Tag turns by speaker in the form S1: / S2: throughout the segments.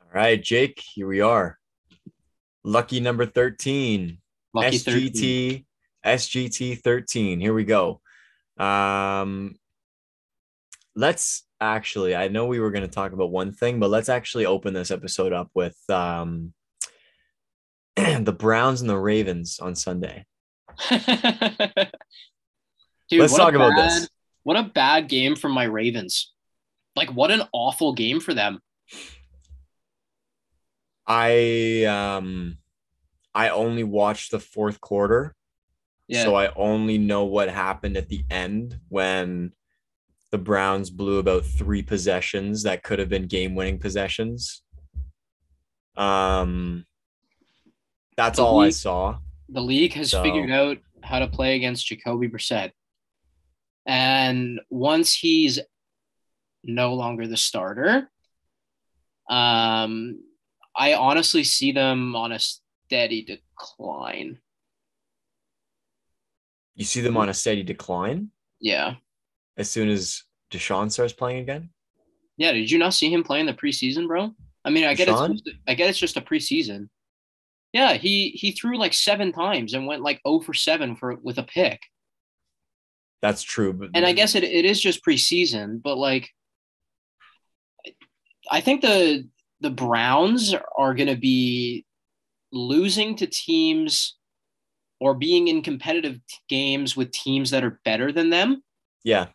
S1: All right, Jake, here we are. Lucky number 13.
S2: Lucky
S1: SGT
S2: thirteen.
S1: SGT 13. Here we go. Um let's actually I know we were going to talk about one thing, but let's actually open this episode up with um the Browns and the Ravens on Sunday.
S2: Dude,
S1: let's
S2: what a
S1: talk about
S2: bad-
S1: this.
S2: What a bad game from my Ravens. Like, what an awful game for them.
S1: I um I only watched the fourth quarter.
S2: Yeah.
S1: So I only know what happened at the end when the Browns blew about three possessions that could have been game winning possessions. Um that's all I
S2: Mhm.
S1: saw.
S2: the league has
S1: So-
S2: figured out how to play against Jacoby Brissett. And once he's no longer the starter, um, I honestly see them on a steady decline.
S1: You see them on a steady decline
S2: Yeah.
S1: as soon as Deshaun starts playing again.
S2: Yeah. Did you not see him play in the preseason, bro? I mean, I get
S1: Deshaun?
S2: it's just, I get it's just a preseason. Yeah, he he threw like seven times and went like 0 for seven for with a pick.
S1: That's true. But
S2: and I guess it, it is just preseason, but like I think the the Browns are going to be losing to teams or being in competitive t- games with teams that are better than them
S1: yeah,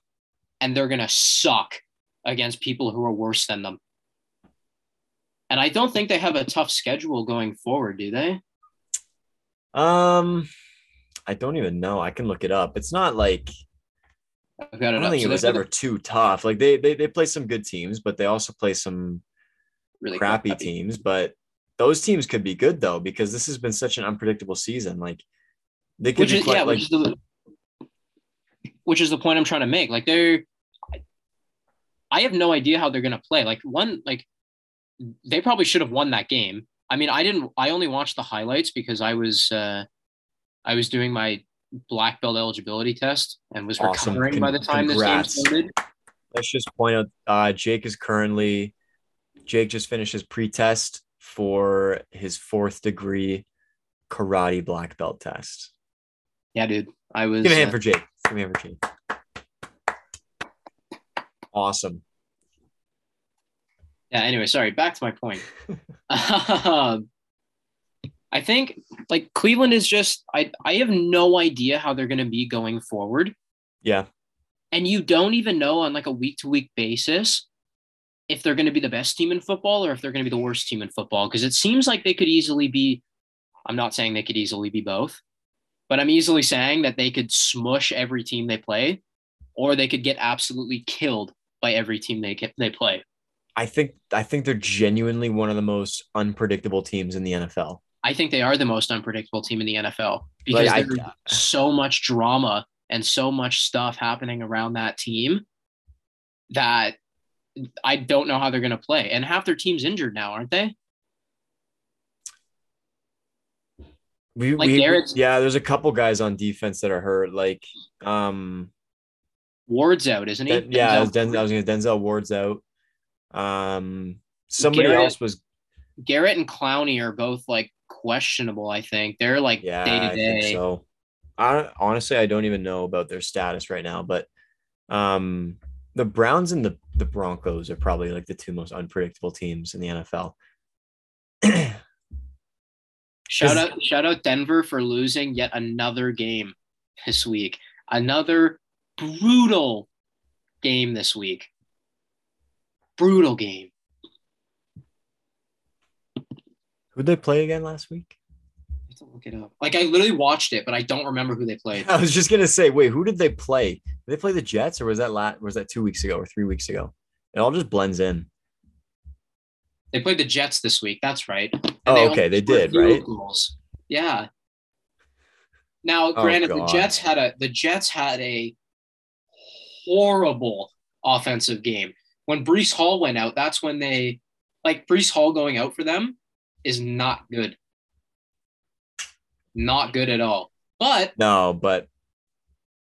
S2: and they're going to suck against people who are worse than them. And I don't think they have a tough schedule going forward, do they?
S1: Um, I don't even know. I can look it up. It's not like
S2: I've got
S1: I
S2: it
S1: don't
S2: up.
S1: think
S2: So
S1: it was
S2: they've got
S1: ever too tough. Like they they they play some good teams, but they also play some
S2: really
S1: crappy teams. But those teams could be good though, because this has been such an unpredictable season. Like they could
S2: which
S1: be
S2: is
S1: quite,
S2: yeah,
S1: like
S2: which is the which is the point I'm trying to make. Like they're, I have no idea how they're gonna play. Like one, like they probably should have won that game. I mean, I didn't. I only watched the highlights because I was, uh, I was doing my black belt eligibility test and was
S1: Awesome.
S2: recovering
S1: Con-
S2: by the time
S1: congrats.
S2: this game started.
S1: let's just point out uh Jake is currently Jake just finished his pretest for his fourth degree karate black belt test.
S2: Yeah, dude. I was.
S1: Give me a hand
S2: uh,
S1: for Jake. Give me a hand for Jake. Awesome.
S2: yeah anyway sorry back to my point um, i think like cleveland is just i i have no idea how they're going to be going forward
S1: Yeah.
S2: and you don't even know on like a week to week basis if they're going to be the best team in football or if they're going to be the worst team in football because it seems like they could easily be i'm not saying they could easily be both but i'm easily saying that they could smush every team they play or they could get absolutely killed by every team they ca- they play
S1: I think I think they're genuinely one of the most unpredictable teams in the NFL.
S2: I think they are the most unpredictable team in the NFL because
S1: Like, I-
S2: there's so much drama and so much stuff happening around that team that I don't know how they're going to play. And half their team's injured now, aren't they?
S1: We,
S2: Like
S1: we
S2: Derek's-
S1: yeah, there's a couple guys on defense that are hurt. Like um
S2: Ward's out, isn't he?
S1: Den- yeah,
S2: Denzel-
S1: Denzel, I was gonna Denzel Ward's out. Um somebody
S2: Garrett-
S1: else was
S2: Garrett and Clowney are both like questionable. I think they're like
S1: yeah,
S2: day
S1: I
S2: to
S1: think
S2: day.
S1: so. I honestly I don't even know about their status right now, but um the Browns and the, the Broncos are probably like the two most unpredictable teams in the NFL.
S2: Shout
S1: Is-
S2: out, shout out Denver for losing yet another game this week. Another brutal game this week. Brutal game.
S1: Who'd they play again last week?
S2: I have to look it up. Like I literally watched it, but I don't remember who they played.
S1: I was just gonna say, wait, who did they play? Did they play the Jets, or was that la- was that two weeks ago or three weeks ago? It all just blends in.
S2: They played the Jets this week. That's right. And
S1: Oh,
S2: only
S1: okay, they
S2: scored
S1: did,
S2: field
S1: right?
S2: goals. Yeah. Now,
S1: Oh,
S2: granted, the
S1: God.
S2: Jets had a the Jets had a horrible offensive game. When Brees Hall went out, that's when they like Brees Hall going out for them is not good. Not good at all. But
S1: No, but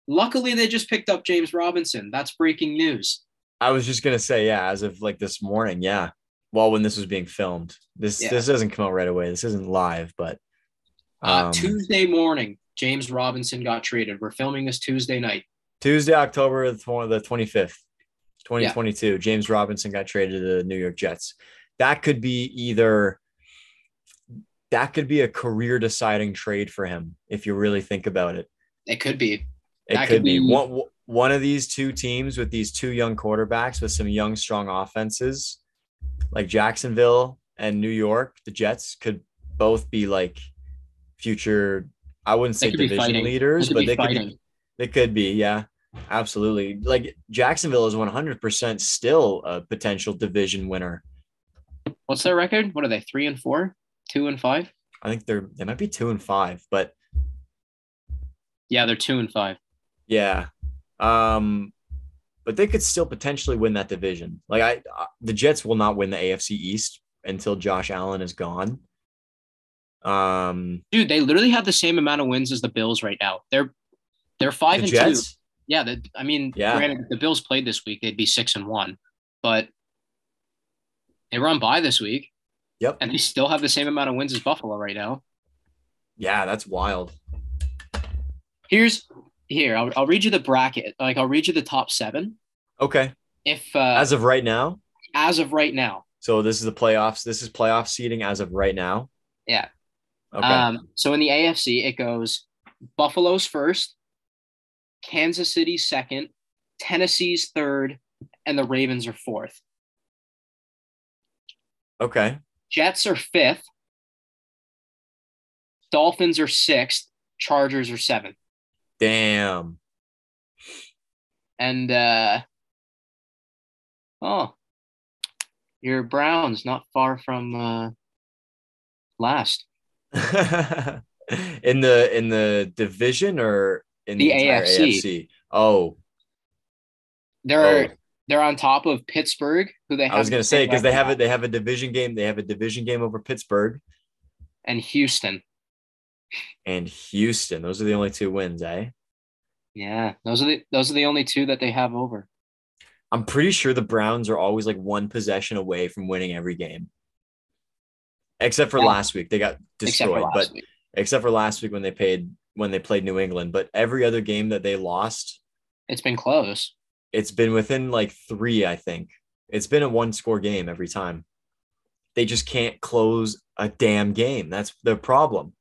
S2: luckily they just picked up James Robinson. That's breaking news.
S1: I was just gonna say, yeah, as of like this morning, yeah, well when this was being filmed. This
S2: Yeah.
S1: this doesn't come out right away. This isn't live, but
S2: Uh,
S1: um,
S2: Tuesday morning, James Robinson got traded. We're filming this Tuesday night.
S1: Tuesday, October the twen- the 25th, 2022, James Robinson got traded to the New York Jets. That could be either that could be a career deciding trade for him if you really think about it.
S2: It could be.
S1: It
S2: That
S1: could,
S2: could
S1: be,
S2: be-
S1: one one of these two teams with these two young quarterbacks with some young strong offenses like Jacksonville and New York, the Jets could both be like future I wouldn't
S2: They
S1: say
S2: could be
S1: division
S2: fighting.
S1: leaders,
S2: It could
S1: but
S2: be
S1: they could be
S2: fighting.
S1: it could be, yeah, absolutely. Like Jacksonville is 100% still a potential division winner.
S2: What's their record? What are they? Three and four, two and five.
S1: I think they're they might be two and five, but
S2: Yeah, they're two and five.
S1: yeah, um, but they could still potentially win that division. Like I, I, the Jets will not win the AFC East until Josh Allen is gone. Um,
S2: Dude, they literally have the same amount of wins as the Bills right now. They're they're five
S1: the
S2: and two.
S1: Jets,
S2: Yeah, the, I mean,
S1: Yeah.
S2: granted, if the Bills played this week, they'd be six and one, but they were on bye this week,
S1: yep,
S2: and they still have the same amount of wins as Buffalo right now.
S1: yeah, that's wild.
S2: Here's here. I'll, I'll read you the bracket. Like I'll read you the top seven.
S1: Okay,
S2: If uh, as,
S1: as of right now,
S2: of right now.
S1: so this is the playoffs. This is playoff seeding as of right now.
S2: Yeah.
S1: Okay.
S2: Um, so in the AFC, it goes Buffalo's first, Kansas City second, Tennessee's third, and the Ravens are fourth.
S1: okay.
S2: Jets are fifth. Dolphins are sixth. Chargers are seventh.
S1: Damn.
S2: And uh, oh, your Browns not far from uh, last.
S1: in the in the division or in
S2: The
S1: entire
S2: AFC.
S1: Oh,
S2: They're
S1: oh.
S2: they're on top of Pittsburgh, who they have
S1: I was gonna say because they have
S2: it
S1: it. They have a division game. They have a division game over Pittsburgh
S2: and Houston.
S1: and Houston. Those are the only two wins, eh?
S2: Yeah, those are the those are the only two that they have over.
S1: I'm pretty sure the Browns are always like one possession away from winning every game, except for
S2: Yeah.
S1: last week. They got
S2: Except for
S1: destroyed,
S2: last
S1: but
S2: week.
S1: except for last week when they paid when they played New England. But every other game that they lost,
S2: It's been close.
S1: it's been within like three, I think. It's been a one score game every time. They just can't close a damn game. That's their problem.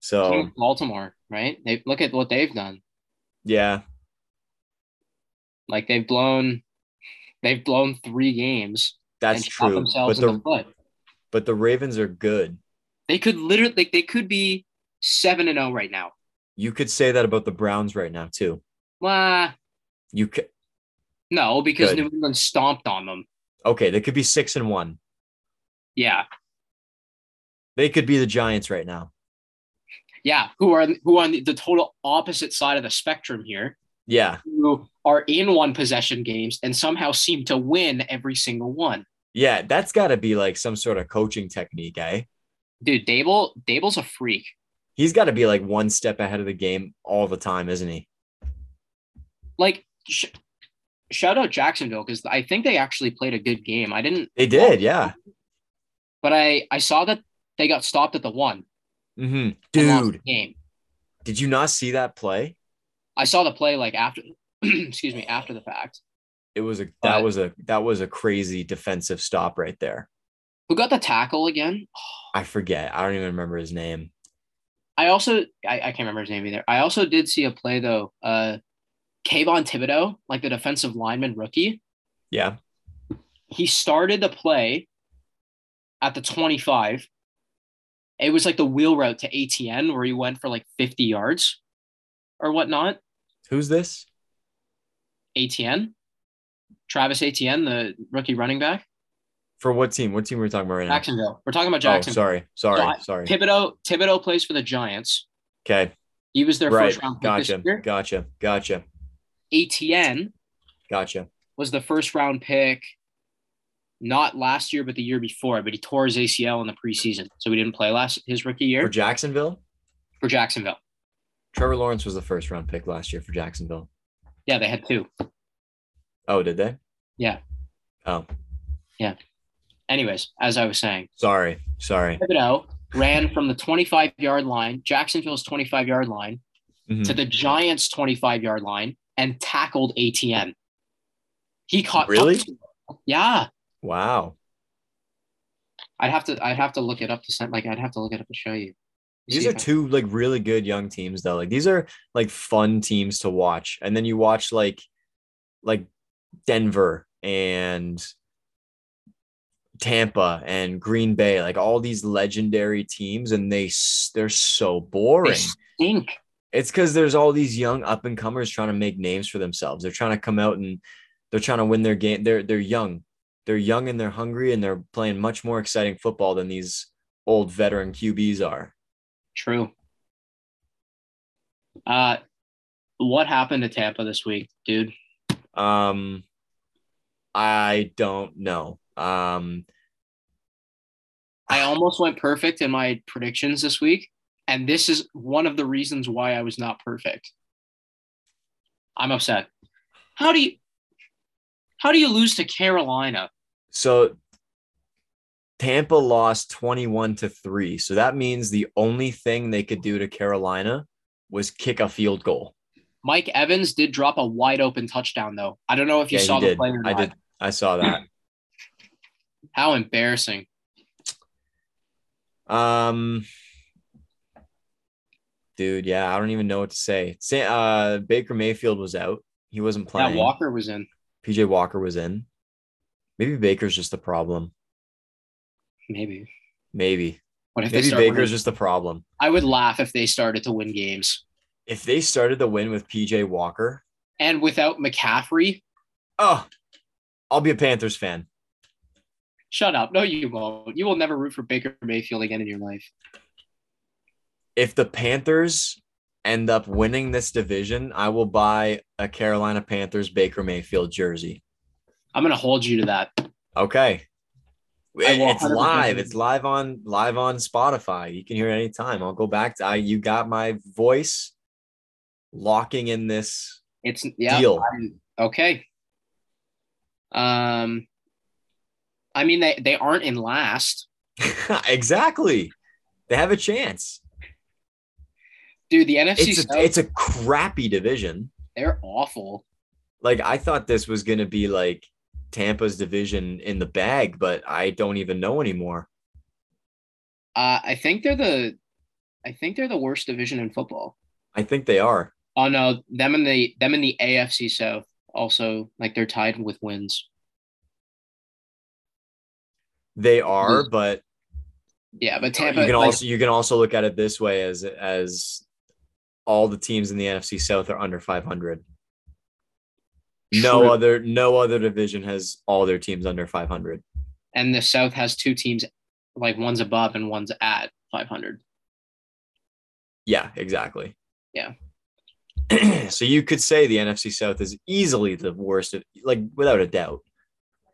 S1: So
S2: Baltimore, right? They look at what they've done.
S1: yeah,
S2: Like they've blown, they've blown three games
S1: that's
S2: and shot
S1: true. But
S2: themselves in the
S1: the
S2: foot.
S1: but the Ravens are good.
S2: They could literally, like, they could be seven and zero right now.
S1: You could say that about the Browns right now too.
S2: Well,
S1: You could
S2: no, because
S1: Good.
S2: New England stomped on them.
S1: okay, they could be six and one.
S2: Yeah,
S1: They could be the Giants right now.
S2: yeah. Who are who are on the total opposite side of the spectrum here?
S1: Yeah,
S2: Who are in one possession games and somehow seem to win every single one.
S1: yeah, that's got to be like some sort of coaching technique, eh?
S2: Dude, Dable, Dable's a freak.
S1: He's got to be like one step ahead of the game all the time, isn't he?
S2: like sh- shout out Jacksonville because I think they actually played a good game. I didn't,
S1: They did, yeah.
S2: but I I saw that they got stopped at the one.
S1: hmm
S2: and lost
S1: Dude,
S2: the game.
S1: Did you not see that play?
S2: I saw the play like after, excuse me, after the fact.
S1: It was a that
S2: But-
S1: was a that was a crazy defensive stop right there.
S2: Who got the tackle again?
S1: I forget. I don't even remember his name.
S2: I also I, I can't remember his name either. I also did see a play though. Uh, Kayvon Thibodeau, like the defensive lineman rookie,
S1: Yeah.
S2: he started the play at the 25. It was like the wheel route to ATN where he went for like 50 yards or whatnot.
S1: Who's this?
S2: ATN, Travis ATN, the rookie running back,
S1: For what team? What team are we talking about right now?
S2: Jacksonville. We're talking about
S1: Oh,
S2: Jacksonville.
S1: sorry. Sorry.
S2: No, I-
S1: sorry.
S2: Thibodeau, Thibodeau plays for the Giants.
S1: Okay.
S2: He was their
S1: Right.
S2: first round pick
S1: Gotcha.
S2: this year.
S1: Gotcha. Gotcha.
S2: ATN
S1: Gotcha.
S2: was the first round pick, not last year but the year before. But he tore his ACL in the preseason, so he didn't play last his rookie year
S1: For Jacksonville,
S2: for Jacksonville.
S1: Trevor Lawrence was the first round pick last year for Jacksonville.
S2: Yeah, they had two.
S1: Oh, did they?
S2: Yeah.
S1: Oh.
S2: Yeah. Anyways, as I was saying,
S1: Sorry, sorry.
S2: Thibodeau ran from the 25 yard line, Jacksonville's 25 yard line,
S1: Mhm.
S2: to the Giants' 25 yard line and tackled ATN. He caught up
S1: Really?
S2: to him. Yeah,
S1: Mm-hmm. Wow.
S2: I'd have to. I'd have to look it up to send. Like I'd have to look it up to show you. You
S1: These
S2: see
S1: are
S2: if I-
S1: two like really good young teams though. Like these are like fun teams to watch. And then you watch like like Denver and Tampa and Green Bay, like all these legendary teams and they s- they're so
S2: they
S1: boring.
S2: stink.
S1: It's cuz there's all these young up and comers trying to make names for themselves. They're trying to come out and they're trying to win their game. They're they're young. They're young and they're hungry and they're playing much more exciting football than these old veteran QBs are.
S2: True. Uh, what happened to Tampa this week, dude?
S1: Um, I don't know. Um,
S2: I almost went perfect in my predictions this week, and this is one of the reasons why I was not perfect. I'm upset. How do you how do you lose to Carolina?
S1: so Tampa lost 21 to 3. So that means the only thing they could do to Carolina was kick a field goal.
S2: Mike Evans did drop a wide open touchdown though. I don't know if you
S1: Yeah, he
S2: saw the
S1: did.
S2: play or not.
S1: I did. I saw that.
S2: How embarrassing.
S1: Um, dude, yeah, I don't even know what to say. Sa- Uh, Baker Mayfield was out. He wasn't
S2: Yeah,
S1: playing.
S2: Walker was in.
S1: PJ Walker was in. Maybe Baker's just the problem.
S2: Maybe.
S1: Maybe.
S2: What if they
S1: Maybe
S2: start
S1: Baker's
S2: winning?
S1: just the problem.
S2: I would laugh if they started to win games.
S1: if they started the win with PJ Walker,
S2: And without McCaffrey,
S1: oh, I'll be a Panthers fan.
S2: shut up. No, you won't. You will never root for Baker Mayfield again in your life.
S1: If the Panthers end up winning this division, I will buy a Carolina Panthers Baker Mayfield jersey.
S2: I'm gonna hold you to that.
S1: Okay.
S2: I will
S1: It's
S2: 100%
S1: live.
S2: agree.
S1: It's live on live on Spotify. You can hear it anytime. I'll go back to I you got my voice locking in this
S2: It's yeah.
S1: deal.
S2: I'm- okay. Um, I mean they they aren't in last,
S1: exactly. They have a chance.
S2: dude. The NFC
S1: It's a,
S2: South,
S1: it's a crappy division.
S2: they're awful.
S1: like I thought this was gonna be like Tampa's division in the bag, but I don't even know anymore.
S2: Uh, I think they're the, I think they're the worst division in football.
S1: I think they are.
S2: Oh no, them and the them and the AFC South also like they're tied with wins.
S1: They are, but
S2: Yeah, but Tampa.
S1: you can
S2: like,
S1: also you can also look at it this way as as all the teams in the NFC South are under 500. No
S2: True.
S1: other no other division has all their teams under 500.
S2: and the South has two teams, like one's above and one's at 500.
S1: Yeah, exactly.
S2: Yeah.
S1: so you could say the NFC South is easily the worst, like without a doubt.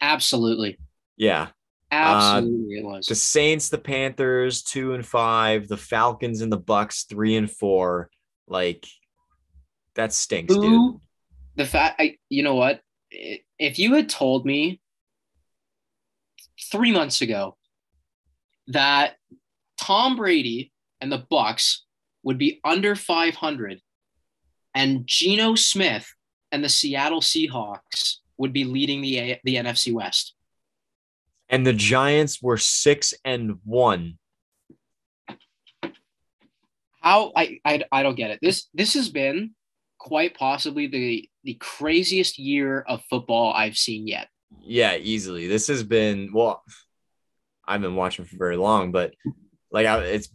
S2: Absolutely,
S1: Yeah.
S2: absolutely, it was.
S1: the Saints, the Panthers, two and five, the Falcons and the Bucks, three and four. Like that stinks, dude.
S2: Who, the fact, I, you know what? I- If you had told me three months ago that Tom Brady and the Bucks would be under 500 and Geno Smith and the Seattle Seahawks would be leading the, A- the NFC West,
S1: And the Giants were six and one.
S2: how I, I, I don't get it. This, this has been quite possibly the, the craziest year of football I've seen yet.
S1: Yeah, easily. This has been well, I've been watching for very long, but like I, it's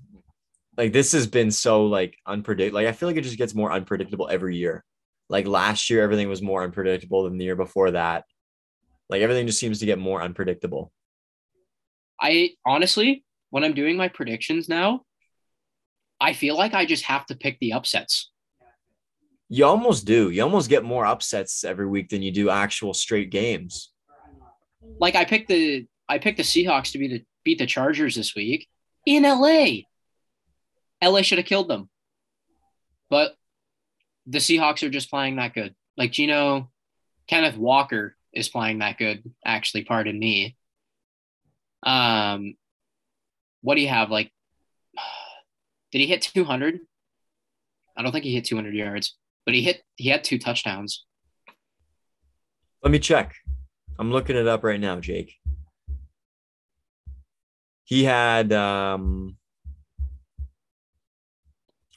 S1: like this has been so like unpredictable. Like I feel like it just gets more unpredictable every year. Like last year, everything was more unpredictable than the year before that. Like everything just seems to get more unpredictable.
S2: I honestly, when I'm doing my predictions now, I feel like I just have to pick the upsets.
S1: You almost do. You almost get more upsets every week than you do actual straight games.
S2: Like I picked the I picked the Seahawks to be the beat the Chargers this week in LA. LA should have killed them. But the Seahawks are just playing that good. Like Gino Kenneth Walker is playing that good, actually, pardon me. Um, what do you have? Like, did he hit 200? I don't think he hit 200 yards, but he hit he had two touchdowns.
S1: Let me check. I'm looking it up right now, Jake. He had um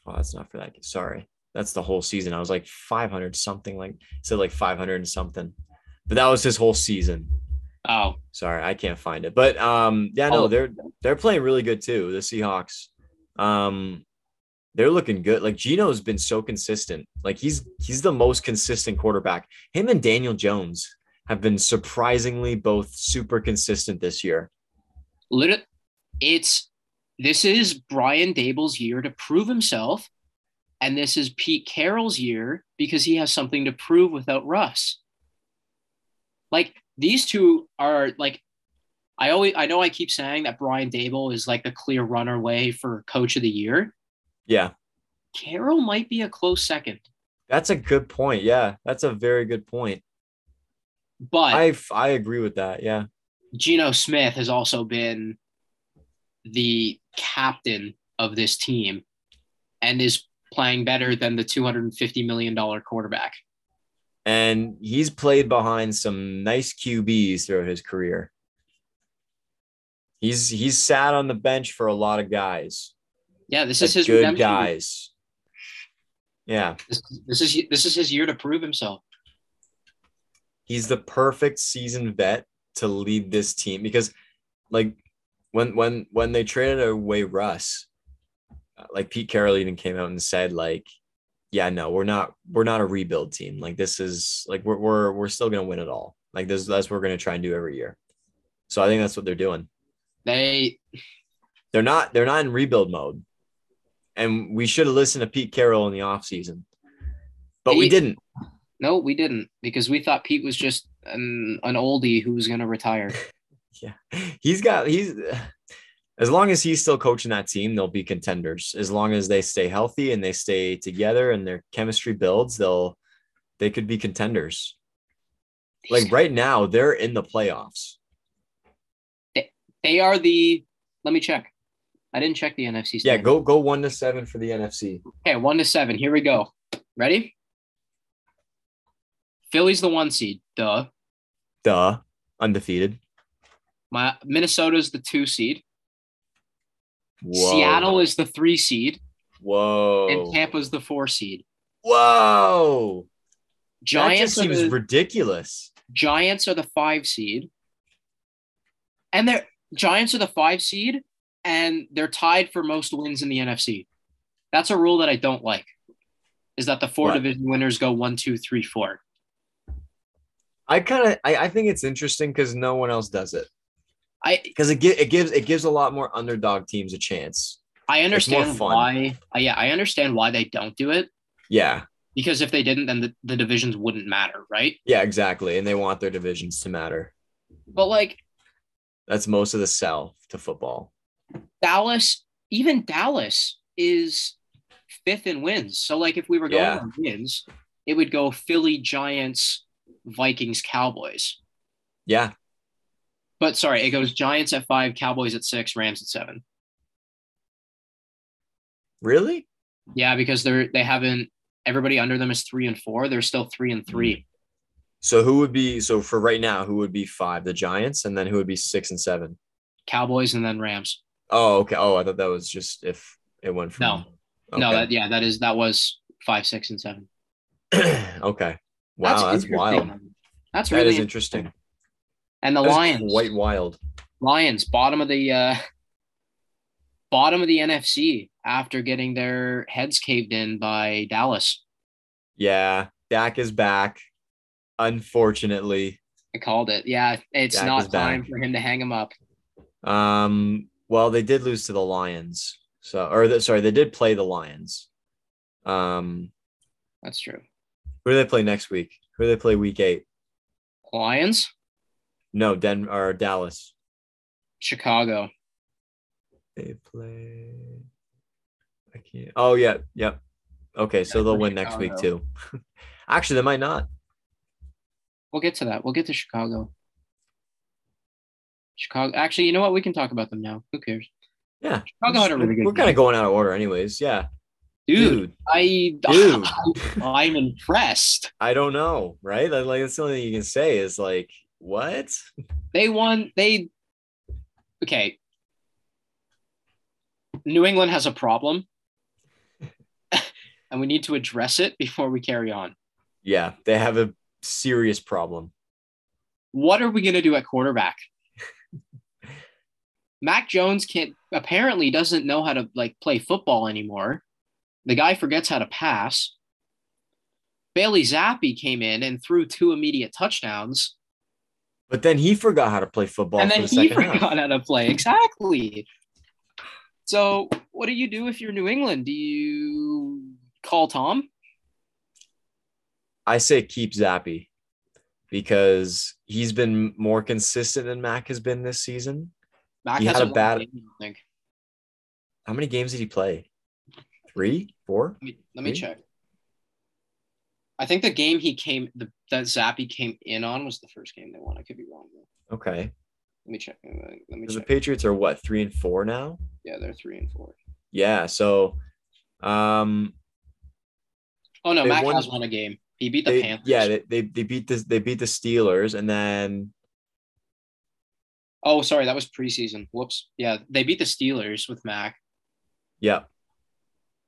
S1: Oh, that's not for that. Sorry. That's the whole season. I was like 500 something like said like 500 and something. But that was his whole season.
S2: Oh,
S1: Sorry, I can't find it. But um yeah, no,
S2: Oh.
S1: they're they're playing really good too, the Seahawks. Um they're looking good. Like Gino's been so consistent. Like he's he's the most consistent quarterback. Him and Daniel Jones have been surprisingly both super consistent this year.
S2: lit- it's this is Brian Dable's year to prove himself, and this is Pete Carroll's year because he has something to prove without Russ. Like these two are like I always I know I keep saying that Brian Dable is like the clear runaway for coach of the year.
S1: Yeah.
S2: Carroll might be a close second,
S1: That's a good point. Yeah. That's a very good point.
S2: but
S1: I I agree with that. Yeah.
S2: Geno Smith has also been the captain of this team and is playing better than the $250 million quarterback.
S1: And he's played behind some nice QBs throughout his career. He's he's sat on the bench for a lot of guys.
S2: Yeah, this
S1: like
S2: is his
S1: good
S2: redemption.
S1: guys. Yeah.
S2: This, this is this is his year to prove himself.
S1: he's the perfect seasoned vet to lead this team because like when when when they traded away Russ uh, like Pete Carroll even came out and said like yeah no we're not we're not a rebuild team like this is like we're we're, we're still going to win it all like this that's what we're going to try and do every year so i think that's what they're doing
S2: They
S1: they're not they're not in rebuild mode and we should have listened to Pete Carroll in the offseason but we
S2: He-
S1: didn't
S2: no, we didn't because we thought Pete was just an, an oldie who was going to retire.
S1: Yeah. He's got he's as long as he's still coaching that team, they'll be contenders. As long as they stay healthy and they stay together and their chemistry builds, they'll they could be contenders. Like right now, they're in the playoffs.
S2: they are the. Let me check. I didn't check the NFC.
S1: Yeah,
S2: standings.
S1: go go one to seven for the NFC.
S2: Okay, one to seven. Here we go. Ready? Philly's the one seed. Duh.
S1: Duh. Undefeated.
S2: My Minnesota's the two seed.
S1: Whoa.
S2: Seattle is the three seed,
S1: Whoa.
S2: and Tampa's the four seed.
S1: Whoa.
S2: Giants
S1: that
S2: are
S1: just
S2: the
S1: seems ridiculous.
S2: Giants are the five seed, and they're Giants are the five seed, and they're tied for most wins in the NFC. That's a rule that I don't like. Is that the four
S1: What?
S2: division winners go one, two, three, four?
S1: I kind of I, I think it's interesting because no one else does it.
S2: I
S1: Because it, gi- it gives it gives a lot more underdog teams a chance.
S2: I
S1: It's more
S2: understand
S1: fun.
S2: why. I, yeah, I understand why they don't do it
S1: Yeah,
S2: because if they didn't, then the, the divisions wouldn't matter, right?
S1: yeah, exactly. And they want their divisions to matter.
S2: But like
S1: That's most of the sell to football.
S2: Dallas, even Dallas is fifth in wins. So like if we were going
S1: Yeah.
S2: on wins, it would go Philly, Giants, Vikings, Cowboys.
S1: Yeah,
S2: But sorry, it goes Giants at five, Cowboys at six, Rams at seven.
S1: really?
S2: Yeah, because they're they haven't everybody under them is three and four. They're still three and
S1: Mm.
S2: three.
S1: So who would be so for right now? Who would be five? The Giants, and then who would be six and seven?
S2: Cowboys and then Rams.
S1: Oh, okay. Oh, I thought that was just if it went from.
S2: No.
S1: Okay.
S2: No, that yeah, that is that was five, six, and seven.
S1: okay. Wow, that's,
S2: interesting.
S1: wild.
S2: That's
S1: That
S2: really
S1: is
S2: interesting.
S1: interesting.
S2: and the
S1: That is
S2: Lions.
S1: quite wild.
S2: Lions, bottom of the uh, bottom of the NFC after getting their heads caved in by Dallas.
S1: Yeah, Dak is back. Unfortunately,
S2: I called it. Yeah, it's
S1: Dak is
S2: not
S1: back.
S2: time for him to hang him up.
S1: Um, well, they did lose to the Lions. So, or the, sorry, they did play the Lions. Um,
S2: That's true.
S1: who do they play next week? Who do they play week eight?
S2: Lions,
S1: No, Den or Dallas.
S2: Chicago.
S1: They play. I can't. Oh yeah, yep. Okay, so
S2: Yeah,
S1: they'll
S2: for
S1: win next week
S2: Chicago.
S1: too. Actually, they might not.
S2: We'll get to that. We'll get to Chicago. Chicago. Actually, you know what? We can talk about them now. Who cares?
S1: Yeah.
S2: Chicago had a really good.
S1: We're kind of going out of order, anyways. Yeah.
S2: dude. I,
S1: Dude.
S2: I am impressed.
S1: I don't know, right? That- Like that's the only thing you can say is like, what?
S2: They won. They okay. New England has a problem, and we need to address it before we carry on.
S1: Yeah, they have a serious problem.
S2: What are we going to do at quarterback? Mac Jones can't apparently doesn't know how to like play football anymore. The guy forgets how to pass. Bailey Zappi came in and threw two immediate touchdowns,
S1: But then he forgot how to play football
S2: and
S1: for
S2: then
S1: the
S2: he
S1: second
S2: forgot
S1: half.
S2: how to play. Exactly. So, what do you do if you're New England? Do you call Tom?
S1: I say keep Zappy because he's been more consistent than Mac has been this season.
S2: Mac
S1: He had a
S2: hasn't won
S1: bad-
S2: game, I think.
S1: How many games did he play? Three, four?
S2: Let me, let me
S1: Really?
S2: check. I think the game he came the, that Zappy came in on was the first game they won. I could be wrong. Though.
S1: Okay.
S2: Let me check. Let me- let me
S1: The
S2: check.
S1: Patriots are what three and four now?
S2: yeah, they're three and four.
S1: Yeah. So, um,
S2: Oh no,
S1: They
S2: Mac
S1: won-
S2: has won a game. He beat the
S1: they,
S2: Panthers.
S1: yeah, they, they they beat the they beat the Steelers and then
S2: oh, sorry, that was preseason. Whoops. Yeah, they beat the Steelers with Mac,
S1: yeah.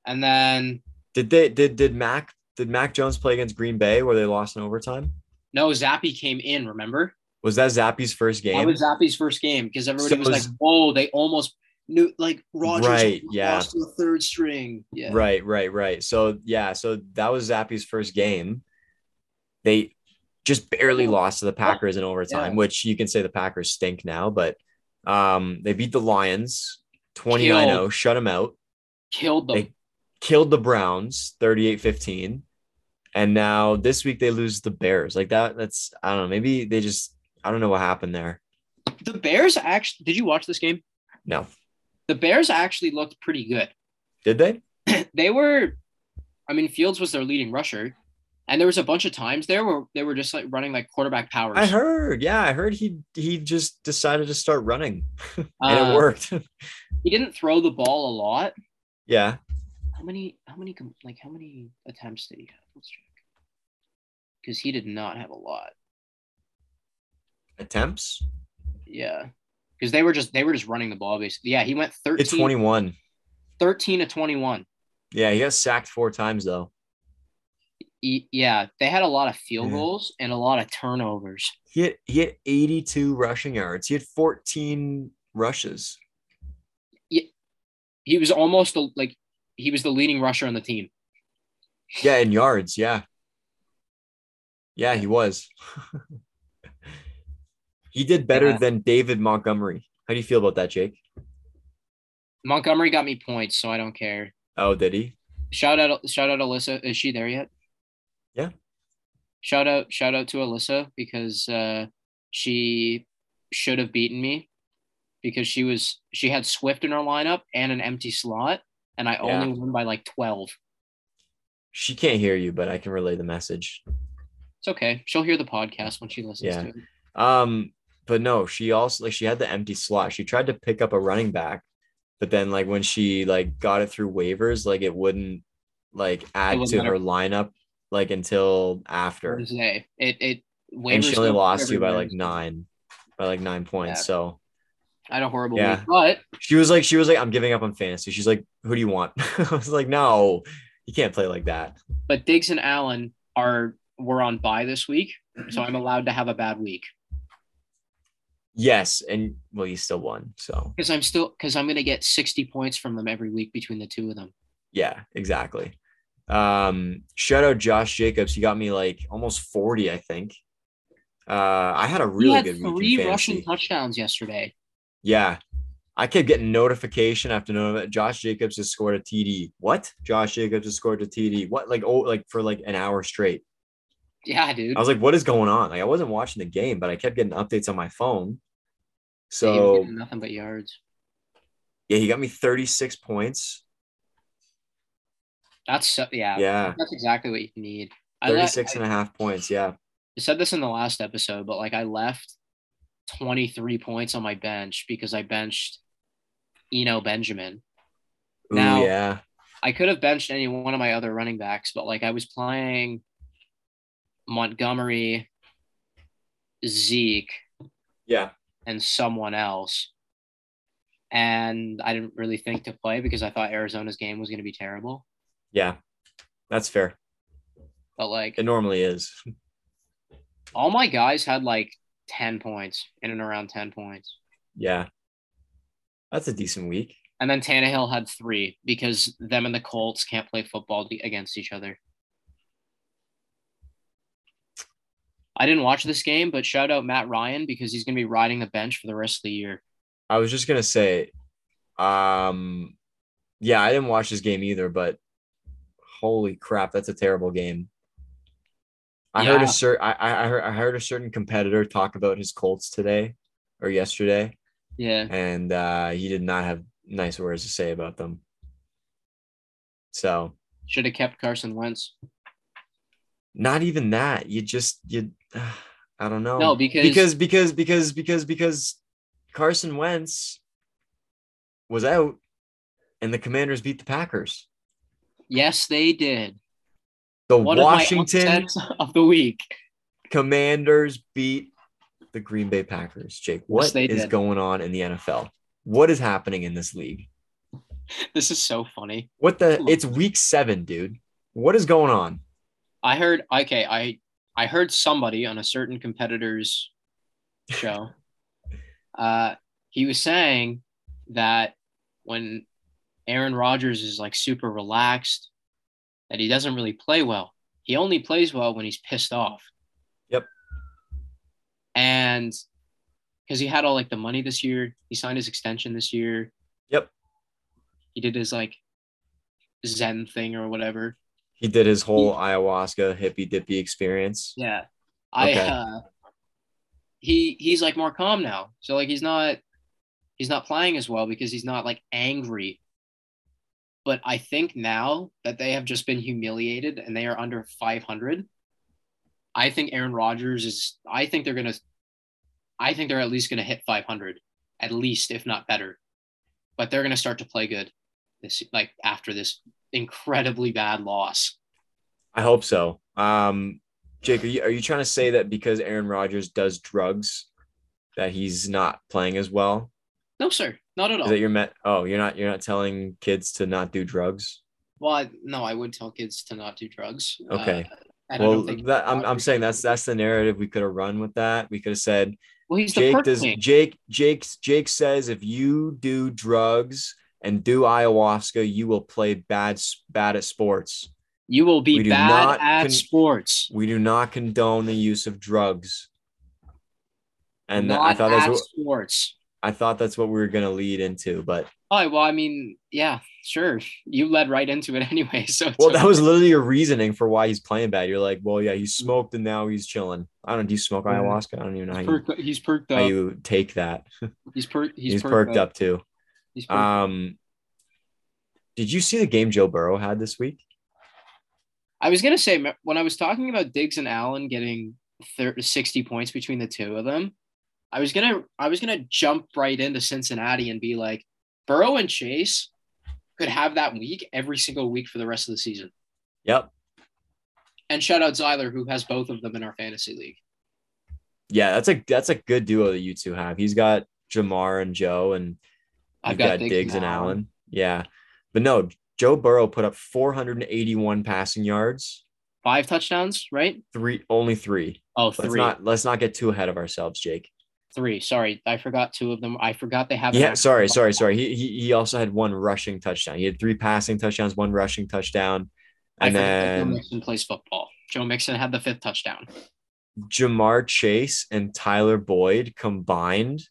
S2: and then
S1: Did they did did Mac did Mac Jones play against Green Bay where they lost in overtime?
S2: no, Zappy came in. Remember
S1: Was that Zappy's first game?
S2: that was Zappy's first game because everybody
S1: So
S2: was like,
S1: was-
S2: "Whoa, they almost knew." Like Rogers
S1: Right, yeah.
S2: lost to the third string. Yeah,
S1: Right, right, right. So yeah, so that was Zappy's first game. They just barely lost to the Packers in overtime,
S2: Oh, Yeah.
S1: which you can say the Packers stink now, but um they beat the Lions 29-0, shut them out,
S2: killed them.
S1: They- killed the Browns 38-15. And now this week they lose the Bears. Like that that's I don't know, maybe they just I don't know what happened there.
S2: the Bears actually. Did you watch this game?
S1: No.
S2: the Bears actually looked pretty good.
S1: Did they?
S2: they were, I mean, Fields was their leading rusher, and there was a bunch of times there where they were just like running like quarterback powers.
S1: I heard. Yeah, I heard he he just decided to start running and
S2: Uh,
S1: it worked.
S2: He didn't throw the ball a lot.
S1: yeah.
S2: How many? How many? com- Like how many attempts did he have? Let's check. Because he did not have a lot.
S1: Attempts?
S2: Yeah. Because they were just they were just running the ball basically. Yeah, he went 13,
S1: It's 21.
S2: 13 to twenty one.
S1: Yeah, he got sacked four times though.
S2: E, Yeah, they had a lot of field
S1: Yeah.
S2: goals and a lot of turnovers.
S1: He had he had 82 rushing yards. He had 14 rushes.
S2: He was almost the- like he was the leading rusher on the team.
S1: Yeah, and yards. Yeah. Yeah, he was. he did better
S2: Yeah.
S1: than David Montgomery. How do you feel about that, Jake?
S2: Montgomery got me points, so I don't care.
S1: Oh, did he?
S2: Shout out, shout out, Alyssa. Is she there yet?
S1: Yeah.
S2: Shout out, shout out to Alyssa because uh, she should have beaten me because she was she had Swift in her lineup and an empty slot, and I
S1: Yeah.
S2: only won by like twelve.
S1: She can't hear you, but I can relay the message.
S2: It's okay. She'll hear the podcast when she listens
S1: Yeah.
S2: to it.
S1: Um, but no, she also like she had the empty slot. She tried to pick up a running back, but then like when she like got it through waivers, like it wouldn't like add
S2: wouldn't
S1: to
S2: let
S1: her lineup like until after.
S2: Wednesday. It it
S1: And
S2: waivers
S1: she only
S2: go
S1: lost
S2: every
S1: you by like
S2: Wednesday.
S1: nine, by like nine points.
S2: Yeah.
S1: So
S2: I had a horrible
S1: Yeah.
S2: week, but
S1: she was like, she was like, I'm giving up on fantasy. She's like, who do you want? I was like, no, you can't play like that.
S2: but Diggs and Allen are were on bye this week, so I'm allowed to have a bad week.
S1: Yes, and well, you still won. So
S2: Because I'm still because I'm gonna get 60 points from them every week between the two of them.
S1: yeah, exactly. Um, shout out Josh Jacobs. He got me like almost 40, I think. Uh, I had a really
S2: he had
S1: good week. in
S2: three
S1: fantasy.
S2: rushing touchdowns yesterday.
S1: Yeah. I kept getting notification after notification. Josh Jacobs has scored a TD. What? Josh Jacobs has scored a TD. What? Like oh, like for like an hour straight.
S2: Yeah, dude.
S1: I was like, what is going on? Like I wasn't watching the game, but I kept getting updates on my phone.
S2: He was
S1: So
S2: getting nothing but yards.
S1: yeah, he got me 36 points.
S2: That's so, yeah,
S1: Yeah.
S2: That's exactly what you need. I, le-
S1: 36 and a half points. Yeah.
S2: I said this in the last episode, but like I left 23 points on my bench because I benched Eno Benjamin. Now-
S1: Ooh, yeah.
S2: I could have benched any one of my other running backs, but like I was playing Montgomery, Zeke,
S1: Yeah.
S2: and someone else. And I didn't really think to play because I thought Arizona's game was going to be terrible.
S1: Yeah. That's fair.
S2: But like
S1: It normally is.
S2: all my guys had like 10 points in and around 10 points.
S1: Yeah. That's a decent week.
S2: And then Tannehill had three because them and the Colts can't play football de- against each other. I didn't watch this game, but shout out Matt Ryan because he's going to be riding the bench for the rest of the year.
S1: I was just gonna say, um, yeah, I didn't watch this game either, but holy crap, that's a terrible game. I heard a
S2: Yeah.
S1: cer- I, I I heard I heard a certain competitor talk about his Colts today or yesterday,
S2: Yeah.
S1: and uh, he did not have nice words to say about them. So
S2: Should have kept Carson Wentz.
S1: not even that. You just you, I don't know.
S2: No, because,
S1: Um, because because because because because Carson Wentz was out, and the Commanders beat the Packers.
S2: yes, they did.
S1: The
S2: One of my
S1: Washington
S2: upsets of the week.
S1: Commanders beat the Green Bay Packers. Jake, what is
S2: they did.
S1: going on in the NFL? What is happening in this league?
S2: This is so funny.
S1: What the?
S2: Come on.
S1: It's week seven, dude. What is going on?
S2: I heard okay, I I heard somebody on a certain competitor's show. uh he was saying that when Aaron Rodgers is like super relaxed, that he doesn't really play well. He only plays well when he's pissed off.
S1: Yep.
S2: And because he had all like the money this year, he signed his extension this year.
S1: Yep.
S2: He did his like Zen thing or whatever.
S1: He did his whole ayahuasca hippy dippy experience.
S2: Yeah. I
S1: Okay.
S2: uh he he's like more calm now. So like he's not he's not playing as well because he's not like angry. But I think now that they have just been humiliated and they are under 500, I think Aaron Rodgers is I think they're going to I think they're at least going to hit 500 at least if not better. But they're going to start to play good this like after this incredibly bad loss.
S1: I hope so. Um, Jake, are you, are you trying to say that because Aaron Rodgers does drugs, that he's not playing as well?
S2: No sir, not at all.
S1: Is that your met? Oh, you're not. You're not telling kids to not do drugs.
S2: Well, I, no, I would tell kids to not do drugs. Uh,
S1: Okay.
S2: and I
S1: Well,
S2: don't think-
S1: that, I'm, I'm saying that's that's the narrative we could have run with that. We could have said
S2: well, he's the
S1: Jake
S2: perk
S1: does
S2: king.
S1: Jake Jake Jake says if you do drugs and do ayahuasca, you will play bad s- bad at sports.
S2: You will
S1: we
S2: be
S1: do
S2: bad
S1: not
S2: at
S1: con-
S2: sports.
S1: We do not condone the use of drugs. And
S2: not
S1: I thought that's
S2: at
S1: what
S2: sports.
S1: I thought that's what we were gonna lead into, but
S2: Oh well, I mean, yeah, sure. You led right into it anyway. So it's
S1: well, that
S2: okay.
S1: was literally your reasoning for why he's playing bad. You're like, well, yeah, he smoked and now he's chilling. I don't. Do you smoke
S2: Yeah.
S1: ayahuasca? I don't even know how
S2: He's
S1: you,
S2: perked, he's perked
S1: how
S2: up.
S1: you take that.
S2: He's perked. He's,
S1: He's, perked up too.
S2: He's perked.
S1: Um, did you see the game Joe Burrow had this week?
S2: I was gonna say me- when I was talking about Diggs and Allen getting thir- 60 points between the two of them, I was gonna I was gonna jump right into Cincinnati and be like, Burrow and Chase could have that week every single week for the rest of the season.
S1: Yep.
S2: And shout out Zyler who has both of them in our fantasy league.
S1: Yeah, that's a that's a good duo that you two have. He's got Jamar and Joe, and
S2: I've
S1: you've
S2: got,
S1: got,
S2: Diggs,
S1: and Allen. Yeah, but no, Joe Burrow put up 481 passing yards.
S2: Five touchdowns, right?
S1: Three, only three.
S2: Oh,
S1: Let's
S2: three.
S1: not let's not get too ahead of ourselves, Jake.
S2: Three. Sorry, I forgot two of them. I forgot they have.
S1: Yeah, sorry, sorry, sorry. He, he he also had one rushing touchdown. He had three passing touchdowns, one rushing touchdown,
S2: I
S1: and
S2: forgot that Joe
S1: then
S2: Mixon plays football. Joe Mixon had the fifth touchdown.
S1: Jamar Chase and Tyler Boyd combined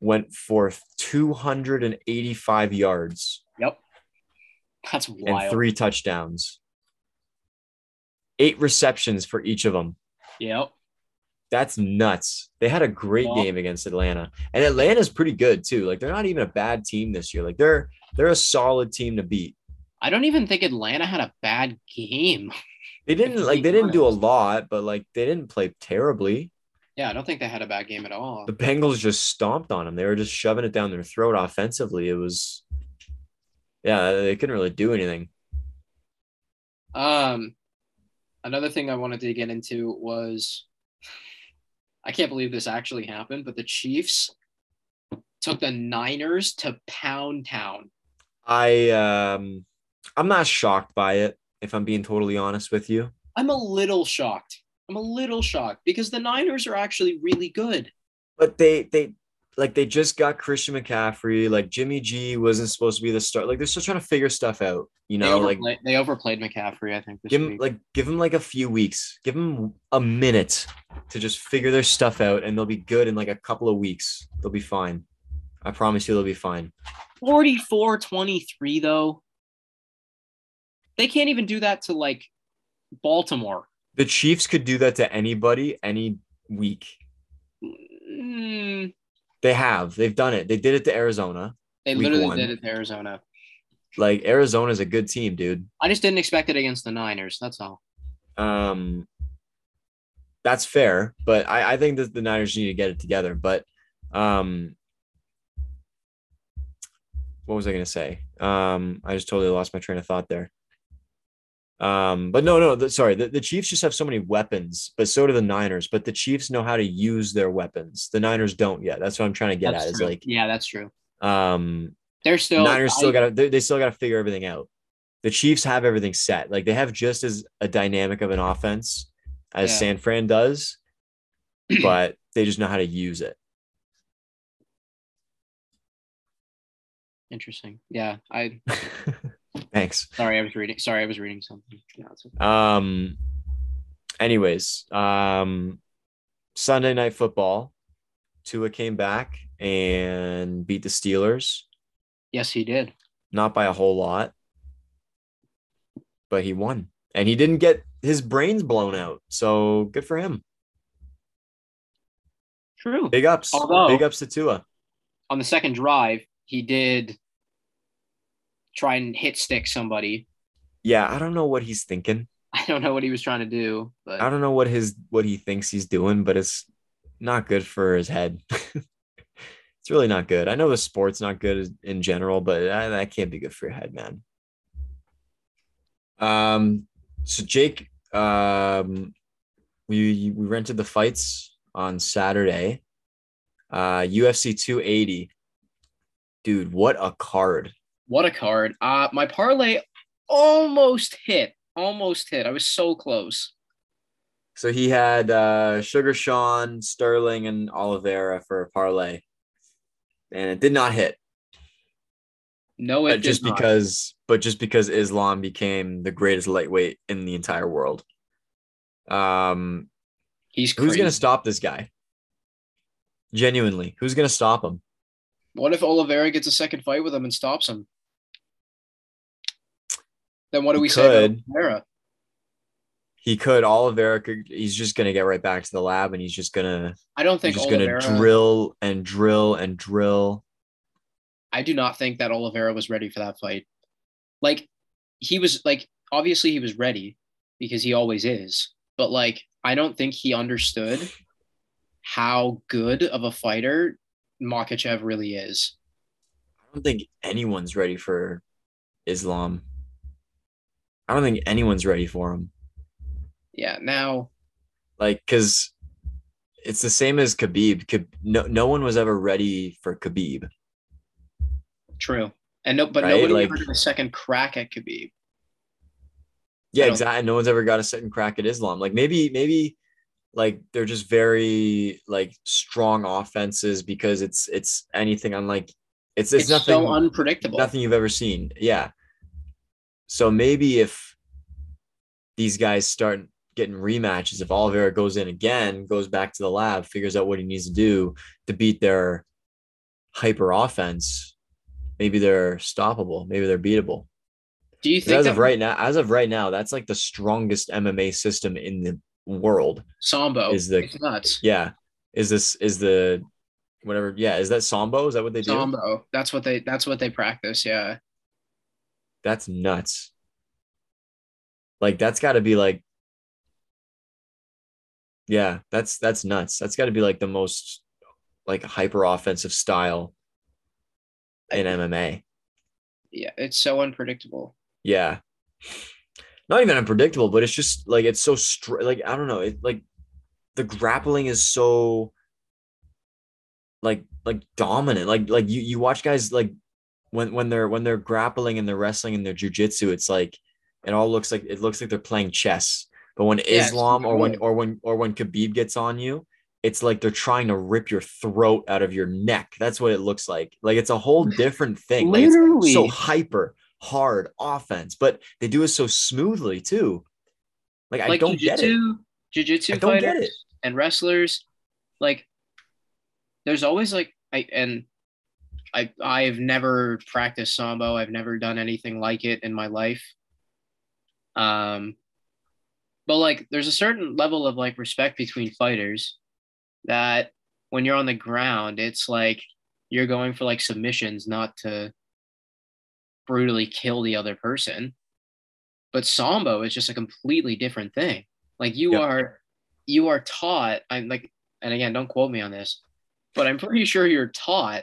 S1: went for 285 yards
S2: That's wild.
S1: and three touchdowns. Eight receptions for each of them.
S2: Yep.
S1: That's nuts. They had a great
S2: Yeah.
S1: game against Atlanta. And Atlanta's pretty good too. Like they're not even a bad team this year. Like they're they're a solid team to beat.
S2: I don't even think Atlanta had a bad game.
S1: They didn't
S2: just
S1: like
S2: being
S1: they didn't do a lot, but like they didn't play terribly.
S2: Yeah, I don't think they had a bad game at all.
S1: The Bengals just stomped on them. They were just shoving it down their throat offensively. It was, yeah, they couldn't really do anything.
S2: Um, another thing I wanted to get into was I can't believe this actually happened, but the Chiefs took the Niners to Pound Town.
S1: I um, I'm not shocked by it. If I'm being totally honest with you,
S2: I'm a little shocked. I'm a little shocked because the Niners are actually really good.
S1: but they they like they just got Christian McCaffrey. Like Jimmy G wasn't supposed to be the start. Like they're still trying to figure stuff out. You
S2: they,
S1: know, like
S2: overplayed, they overplayed McCaffrey, I think. This
S1: give him
S2: week.
S1: like give him like a few weeks give him a minute to just figure their stuff out and they'll be good in like a couple of weeks they'll be fine i promise you they'll be fine
S2: 44 23 though they can't even do that to like baltimore
S1: the chiefs could do that to anybody any week
S2: Mm,
S1: they have they've done it they did it to arizona
S2: they
S1: Week
S2: literally
S1: one.
S2: did it to arizona
S1: like arizona's a good team dude
S2: i just didn't expect it against the niners that's all
S1: um that's fair but i i think that the niners need to get it together but um what was i going to say um i just totally lost my train of thought there um but no no the, sorry the, the chiefs just have so many weapons but so do the niners but the chiefs know how to use their weapons the niners don't yet that's what i'm trying to get
S2: that's
S1: at is
S2: true.
S1: like
S2: yeah that's true
S1: um
S2: they're still
S1: Niners still
S2: I-
S1: got to they, they still got to figure everything out. The Chiefs have everything set. Like they have just as a dynamic of an offense as
S2: Yeah.
S1: San Fran does, but they just know how to use it.
S2: interesting yeah i
S1: Thanks.
S2: sorry i was reading sorry i was reading something yeah, it's okay.
S1: Um anyways, um Sunday night football, Tua came back and beat the Steelers,
S2: yes he did
S1: not by a whole lot, but he won. And he didn't get his brains blown out. So good for him.
S2: true
S1: Big ups.
S2: Although-
S1: Big ups to Tua.
S2: on the second drive he did try and hit stick somebody
S1: Yeah, I don't know what he's thinking.
S2: i don't know what he was trying to do but
S1: I don't know what his what he thinks he's doing, but it's not good for his head. it's really not good. I know the sport's not good in general, but that, that can't be good for your head, man. Um, so Jake, um, we we rented the fights on Saturday. Uh, UFC 280. Dude, what a card!
S2: What a card. Uh my parlay almost hit. Almost hit. I was so close.
S1: So he had uh, Sugar Sean, Sterling, and Oliveira for a parlay, and it did not hit.
S2: No, it
S1: But just
S2: did not.
S1: because, but just because Islam became the greatest lightweight in the entire world. Um,
S2: he's crazy.
S1: who's gonna stop this guy? Genuinely, who's gonna stop him?
S2: What if Oliveira gets a second fight with him and stops him? Then what do
S1: He
S2: we say about
S1: could.
S2: Oliveira?
S1: He could. Oliveira could. He's just gonna get right back to the lab, and he's just gonna,
S2: I don't
S1: he's
S2: think
S1: just
S2: Oliveira.
S1: gonna drill and drill and drill.
S2: I do not think that Oliveira was ready for that fight. Like he was like obviously he was ready because he always is, but like I don't think he understood how good of a fighter Makachev really is.
S1: I don't think anyone's ready for Islam. I don't think anyone's ready for him.
S2: Yeah, now
S1: Like, cause it's the same as Khabib. Khab- no, no one was ever ready for Khabib.
S2: true. And no, but
S1: Right,
S2: nobody
S1: like-
S2: ever got a second crack at Khabib.
S1: Yeah,
S2: I don't-
S1: exactly. No one's ever got a second crack at Islam. Like maybe, maybe like they're just very like strong offenses because it's it's anything unlike it's it's,
S2: It's,
S1: nothing
S2: so unpredictable.
S1: nothing you've ever seen. Yeah. So maybe if these guys start getting rematches, if Oliveira goes in again, goes back to the lab, figures out what he needs to do to beat their hyper offense, maybe they're stoppable. Maybe they're beatable.
S2: Do you
S1: 'Cause
S2: think
S1: As
S2: that
S1: of right now, as of right now, that's like the strongest MMA system in the world.
S2: Sambo
S1: is the-
S2: it's nuts?
S1: Yeah. Is this is the whatever? Yeah. Is that Sambo? Is that what they do?
S2: Sambo. That's what they. That's what they practice. Yeah.
S1: That's nuts. Like that's got to be like Yeah, that's that's nuts. That's got to be like the most like hyper offensive style in MMA.
S2: Yeah, it's so unpredictable.
S1: Yeah. Not even unpredictable, but it's just like it's so straight. Like I don't know. It like the grappling is so like like dominant. Like like you you watch guys like when when they're when they're grappling and they're wrestling and they're jujitsu, it's like it all looks like it looks like they're playing chess. But when
S2: Yeah,
S1: Islam or when
S2: absolutely.
S1: or when or when Khabib gets on you, it's like they're trying to rip your throat out of your neck. That's what it looks like. Like it's a whole different thing. Like, it's
S2: Literally.
S1: so hyper hard offense, but they do it so smoothly too. Like, I
S2: like
S1: don't get it.
S2: jujitsu,
S1: I
S2: jujitsu
S1: don't get it.
S2: fighters and wrestlers, like there's always like I and I I've never practiced sambo. I've never done anything like it in my life. Um, but like there's a certain level of like respect between fighters that when you're on the ground, it's like you're going for like submissions, not to brutally kill the other person. But sambo is just a completely different thing. Like you
S1: Yeah.
S2: are, you are taught. I'm like, and again, don't quote me on this, but I'm pretty sure you're taught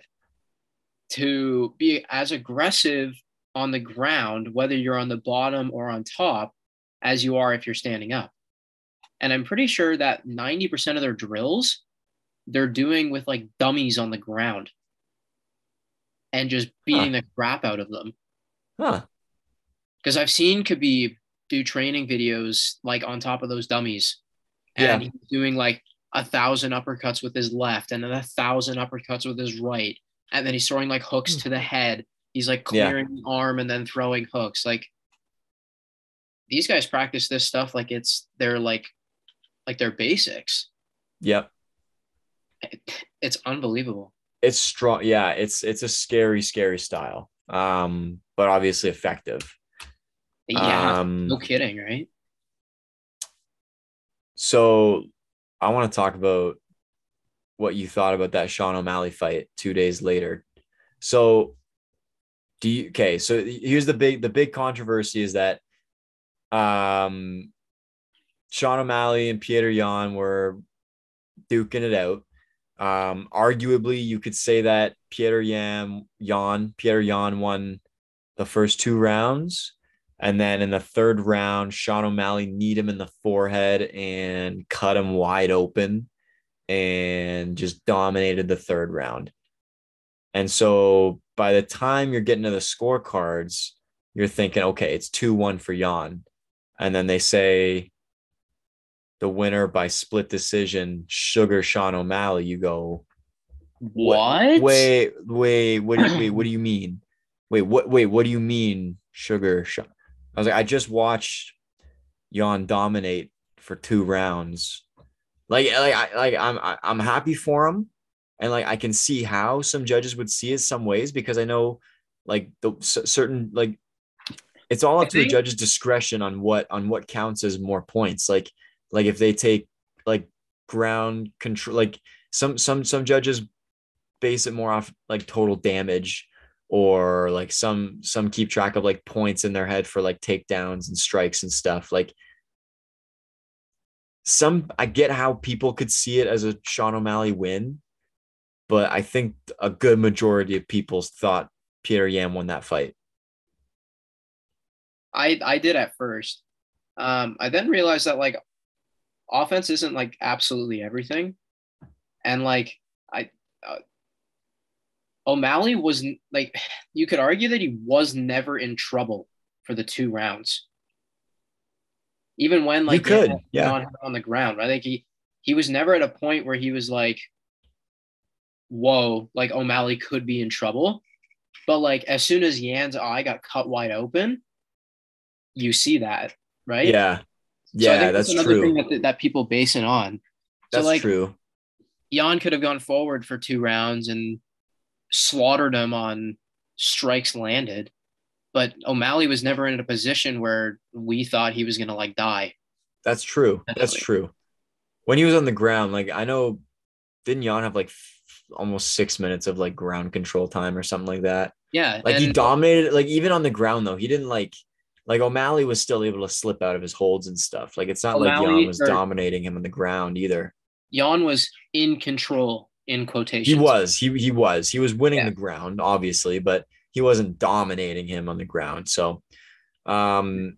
S2: to be as aggressive on the ground, whether you're on the bottom or on top, as you are if you're standing up. And I'm pretty sure that 90% of their drills they're doing with like dummies on the ground and just beating the crap out of them.
S1: Huh.
S2: Because I've seen Khabib do training videos like on top of those dummies, and
S1: Yeah.
S2: he's doing like a thousand uppercuts with his left, and then a thousand uppercuts with his right, and then he's throwing like hooks to the head. He's like
S1: Hmm. Yeah.
S2: clearing the arm and then throwing hooks. Like these guys practice this stuff like it's their like like their basics.
S1: Yep.
S2: It's unbelievable.
S1: It's strong. Yeah, it's it's a scary, scary style. Um, but obviously effective.
S2: Yeah,
S1: Um,
S2: no kidding, right?
S1: So I want to talk about what you thought about that Sean O'Malley fight two days later. So do you okay, so here's the big the big controversy is that um Sean O'Malley and Peter Yan were duking it out. Um, arguably, you could say that Peter Yan, Yan, Peter Yan won the first two rounds. And then in the third round, Sean O'Malley kneed him in the forehead and cut him wide open and just dominated the third round. And so by the time you're getting to the scorecards, you're thinking, okay, it's 2 1 for Jan. And then they say the winner by split decision, Sugar Sean O'Malley. You go,
S2: What?
S1: Wait, wait, what do you, wait, what do you mean? Wait, what wait, what do you mean sugar shot? I was like, I just watched Yon dominate for two rounds. Like like I like I'm I- I'm happy for him. And like I can see how some judges would see it some ways because I know like the c- certain like it's all up
S2: I
S1: to the
S2: think-
S1: judge's discretion on what on what counts as more points. Like like if they take like ground control like some some some judges base it more off like total damage or like some some keep track of like points in their head for like takedowns and strikes and stuff like some i get how people could see it as a sean o'malley win but i think a good majority of people thought pierre yam won that fight
S2: I I did at first. Um, I then realized that like offense isn't like absolutely everything, and like I uh, O'Malley was n- like you could argue that he was never in trouble for the two rounds, even when like
S1: you could yeah
S2: on, on the ground. I think he he was never at a point where he was like, "Whoa, like O'Malley could be in trouble." But like as soon as Yan's eye got cut wide open, you see that, right?
S1: yeah
S2: So I
S1: yeah
S2: think
S1: that's
S2: another
S1: true
S2: thing that, that people base it on. So
S1: that's
S2: like
S1: true
S2: Yan could have gone forward for two rounds and slaughtered him on strikes landed, but O'Malley was never in a position where we thought he was gonna like die.
S1: That's true. That's
S2: Definitely.
S1: true. When he was on the ground, like I know, didn't Jan have like f- almost six minutes of like ground control time or something like that?
S2: Yeah,
S1: Like he
S2: and-
S1: dominated. Like even on the ground though, he didn't like Like O'Malley was still able to slip out of his holds and stuff. Like it's not like
S2: O'Malley
S1: Jan was
S2: or-
S1: dominating him on the ground either.
S2: Jan was in control in quotations.
S1: He was. He he was. He was winning
S2: Yeah.
S1: the ground, obviously, but he wasn't dominating him on the ground. So um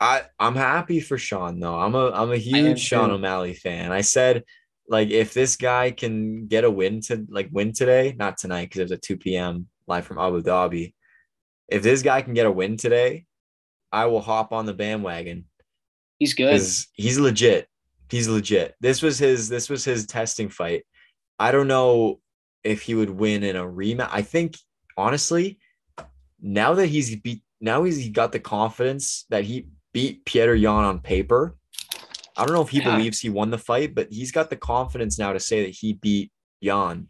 S1: I I'm happy for Sean though. I'm a I'm a
S2: am
S1: huge Sean
S2: too.
S1: O'Malley fan. I said like if this guy can get a win to like win today, not tonight because it was at 2 p.m. live from Abu Dhabi. If this guy can get a win today, I will hop on the bandwagon
S2: He's good.
S1: because he's legit. He's legit. This was his. This was his testing fight. I don't know if he would win in a rematch. I think honestly, now that he's beat, now he's he got the confidence that he beat Pieter Jan on paper. I don't know if he
S2: Yeah.
S1: believes he won the fight, but he's got the confidence now to say that he beat Jan.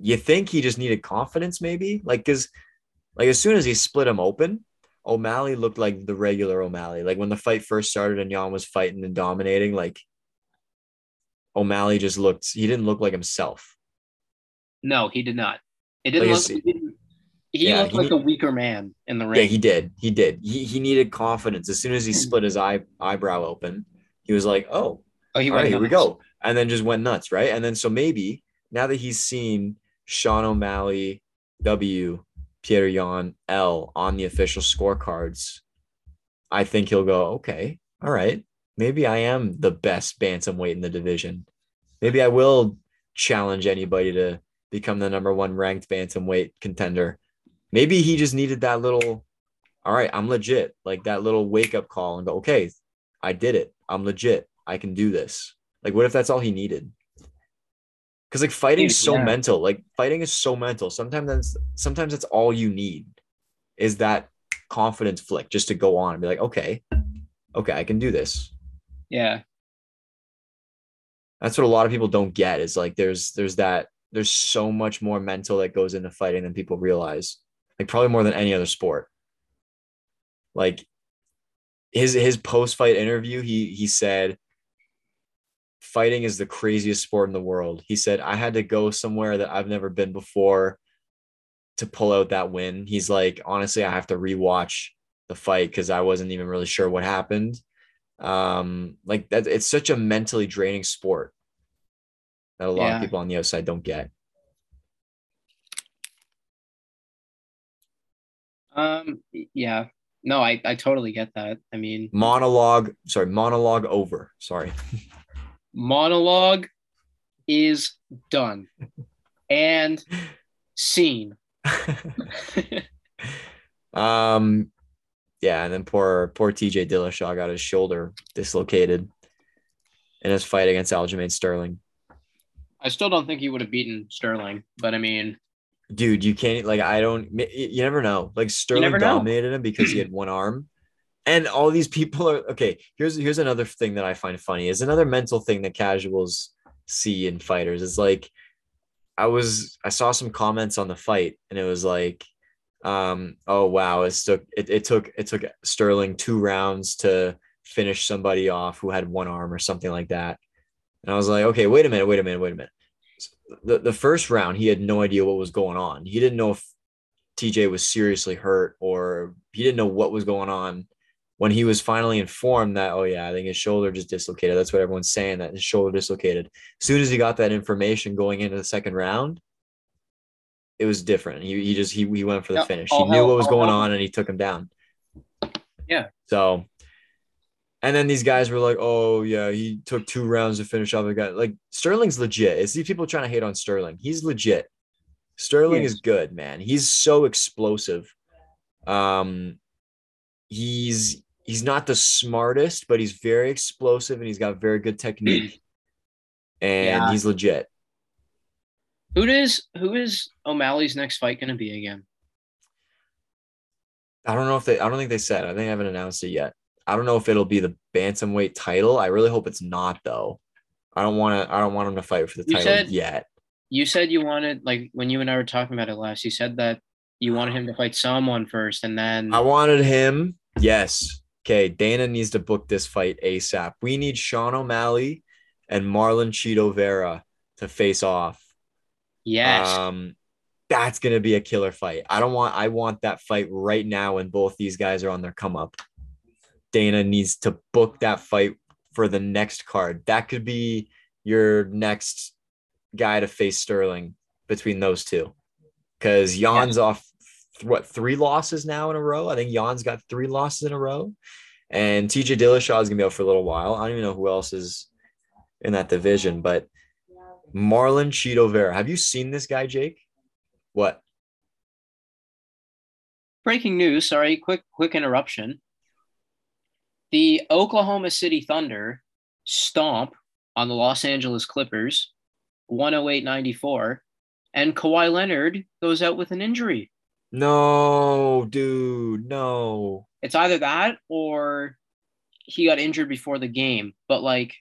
S1: You think he just needed confidence, maybe? Like, because like as soon as he split him open, O'Malley looked like the regular O'Malley. Like when the fight first started and Jan was fighting and dominating, like O'Malley just looked. He didn't look like himself.
S2: No, he did not. It didn't
S1: Like,
S2: look.
S1: it's-
S2: he didn't- he
S1: yeah,
S2: looked
S1: he
S2: like
S1: need-
S2: a weaker man in the
S1: Yeah,
S2: ring.
S1: he did. He did. He he needed confidence. As soon as he split his eye eyebrow open, he was like, "Oh,
S2: oh, he
S1: all right, here we
S2: nuts.
S1: go," and then just went nuts, right? And then so maybe now that he's seen Sean O'Malley W, Pierre Jan L on the official scorecards, I think he'll go, "Okay, all right, maybe I am the best bantamweight in the division. Maybe I will challenge anybody to become the number one ranked bantamweight contender." Maybe he just needed that little all right, I'm legit. Like that little wake up call and go, okay, I did it. I'm legit. I can do this. Like, what if that's all he needed? Because like fighting's so
S2: Yeah.
S1: mental. Like fighting is so mental. Sometimes that's sometimes that's all you need is that confidence flick just to go on and be like, okay, okay, I can do this.
S2: Yeah,
S1: That's what a lot of people don't get is like there's there's that there's so much more mental that goes into fighting than people realize. Like probably more than any other sport. Like his his post fight interview, he he said, "Fighting is the craziest sport in the world." He said, "I had to go somewhere that I've never been before to pull out that win." He's like, "Honestly, I have to rewatch the fight because I wasn't even really sure what happened." Um, like that, it's such a mentally draining sport that a lot
S2: Yeah.
S1: of people on the outside don't get.
S2: um, yeah. No, I I totally get that. I mean,
S1: Monologue, sorry, monologue over. Sorry,
S2: monologue is done and scene.
S1: Um, yeah, and then poor poor TJ Dillashaw got his shoulder dislocated in his fight against Aljamain Sterling.
S2: I still don't think he would have beaten Sterling, but I mean,
S1: Dude, you can't like I don't. y- You never know. Like Sterling
S2: never know.
S1: dominated him because he had one arm, and all these people are okay. Here's here's another thing that I find funny is another mental thing that casuals see in fighters is like I was I saw some comments on the fight and it was like um oh wow it took it, it took it took Sterling two rounds to finish somebody off who had one arm or something like that and I was like okay wait a minute wait a minute wait a minute the the first round he had no idea what was going on he didn't know if TJ was seriously hurt or he didn't know what was going on when he was finally informed that oh yeah I think his shoulder just dislocated that's what everyone's saying that his shoulder dislocated as soon as he got that information going into the second round, it was different. He, he just he, he went for the
S2: Yeah,
S1: finish.
S2: all
S1: He knew
S2: hell-
S1: what was
S2: all
S1: going
S2: hell.
S1: on and he took him down.
S2: Yeah.
S1: So and then these guys were like, oh yeah, he took two rounds to finish off the guy. Like Sterling's legit. It's these people trying to hate on Sterling. He's legit. Sterling
S2: Yes.
S1: is good, man. He's so explosive. Um he's he's not the smartest, but he's very explosive and he's got very good technique. and
S2: Yeah.
S1: he's legit.
S2: who is who is O'Malley's next fight going to be again?
S1: I don't know if they. I don't think they said. I think they haven't announced it yet. I don't know if it'll be the bantamweight title. I really hope it's not though. I don't want to. I don't want him to fight for the
S2: You
S1: title
S2: said-
S1: yet.
S2: You said you wanted like when you and I were talking about it last. You said that you wanted him to fight someone first, and then
S1: I wanted him. Yes. Okay. Dana needs to book this fight ASAP. We need Sean O'Malley and Marlon Cheeto Vera to face off.
S2: yes,
S1: Um, that's gonna be a killer fight. I don't want I want that fight right now when both these guys are on their come up. Dana needs to book that fight for the next card. That could be your next guy to face Sterling between those two. Because Jan's off th- what three losses now in a row. I think Jan's got three losses in a row. And TJ Dillashaw is gonna be out for a little while. I don't even know who else is in that division, but Marlon Cheeto Vera. Have you seen this guy, Jake? What?
S2: Breaking news. Sorry, quick quick interruption. The Oklahoma City Thunder stomp on the Los Angeles Clippers, 108-94, and Kawhi Leonard goes out with an injury.
S1: No, dude, no.
S2: It's either that or he got injured before the game, but like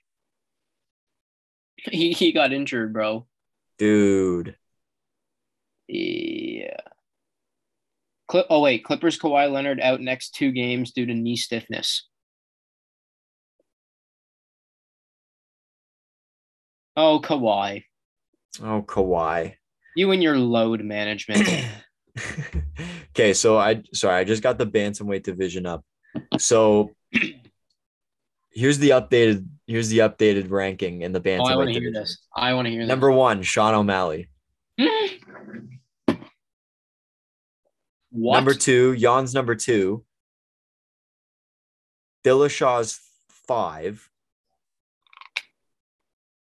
S2: he, he got injured, bro.
S1: Dude.
S2: Yeah. Clip. Oh wait, Clippers Kawhi Leonard out next two games due to knee stiffness. Oh Kawhi,
S1: Oh, Kawhi.
S2: you and your load management.
S1: okay, so I sorry, I just got the bantamweight division up. So here's the updated here's the updated ranking in the bantamweight
S2: oh, I want to hear
S1: division.
S2: this. I want to hear
S1: Number one, Sean O'Malley.
S2: this. what?
S1: Number two, Jan's number two. Dillashaw's five.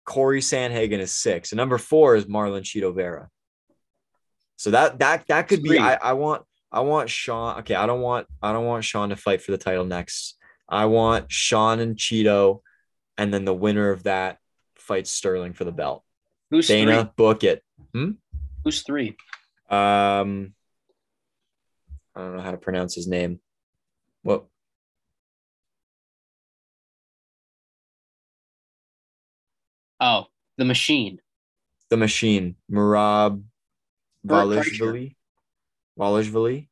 S1: Corey Sanhagen is six. And number four is Marlon Cheeto Vera. So that that that could be
S2: Three.
S1: I, I want I want Sean. Okay, I don't want I don't want Sean to fight for the title next. I want Sean and Cheeto, and then the winner of that fights Sterling for the belt.
S2: Who's
S1: Dana, book it.
S2: three? Who's three?
S1: Um, I don't know how to pronounce his name. What?
S2: Oh, the machine.
S1: The machine, Marab
S2: Burt
S1: Balishvili. Balishvili.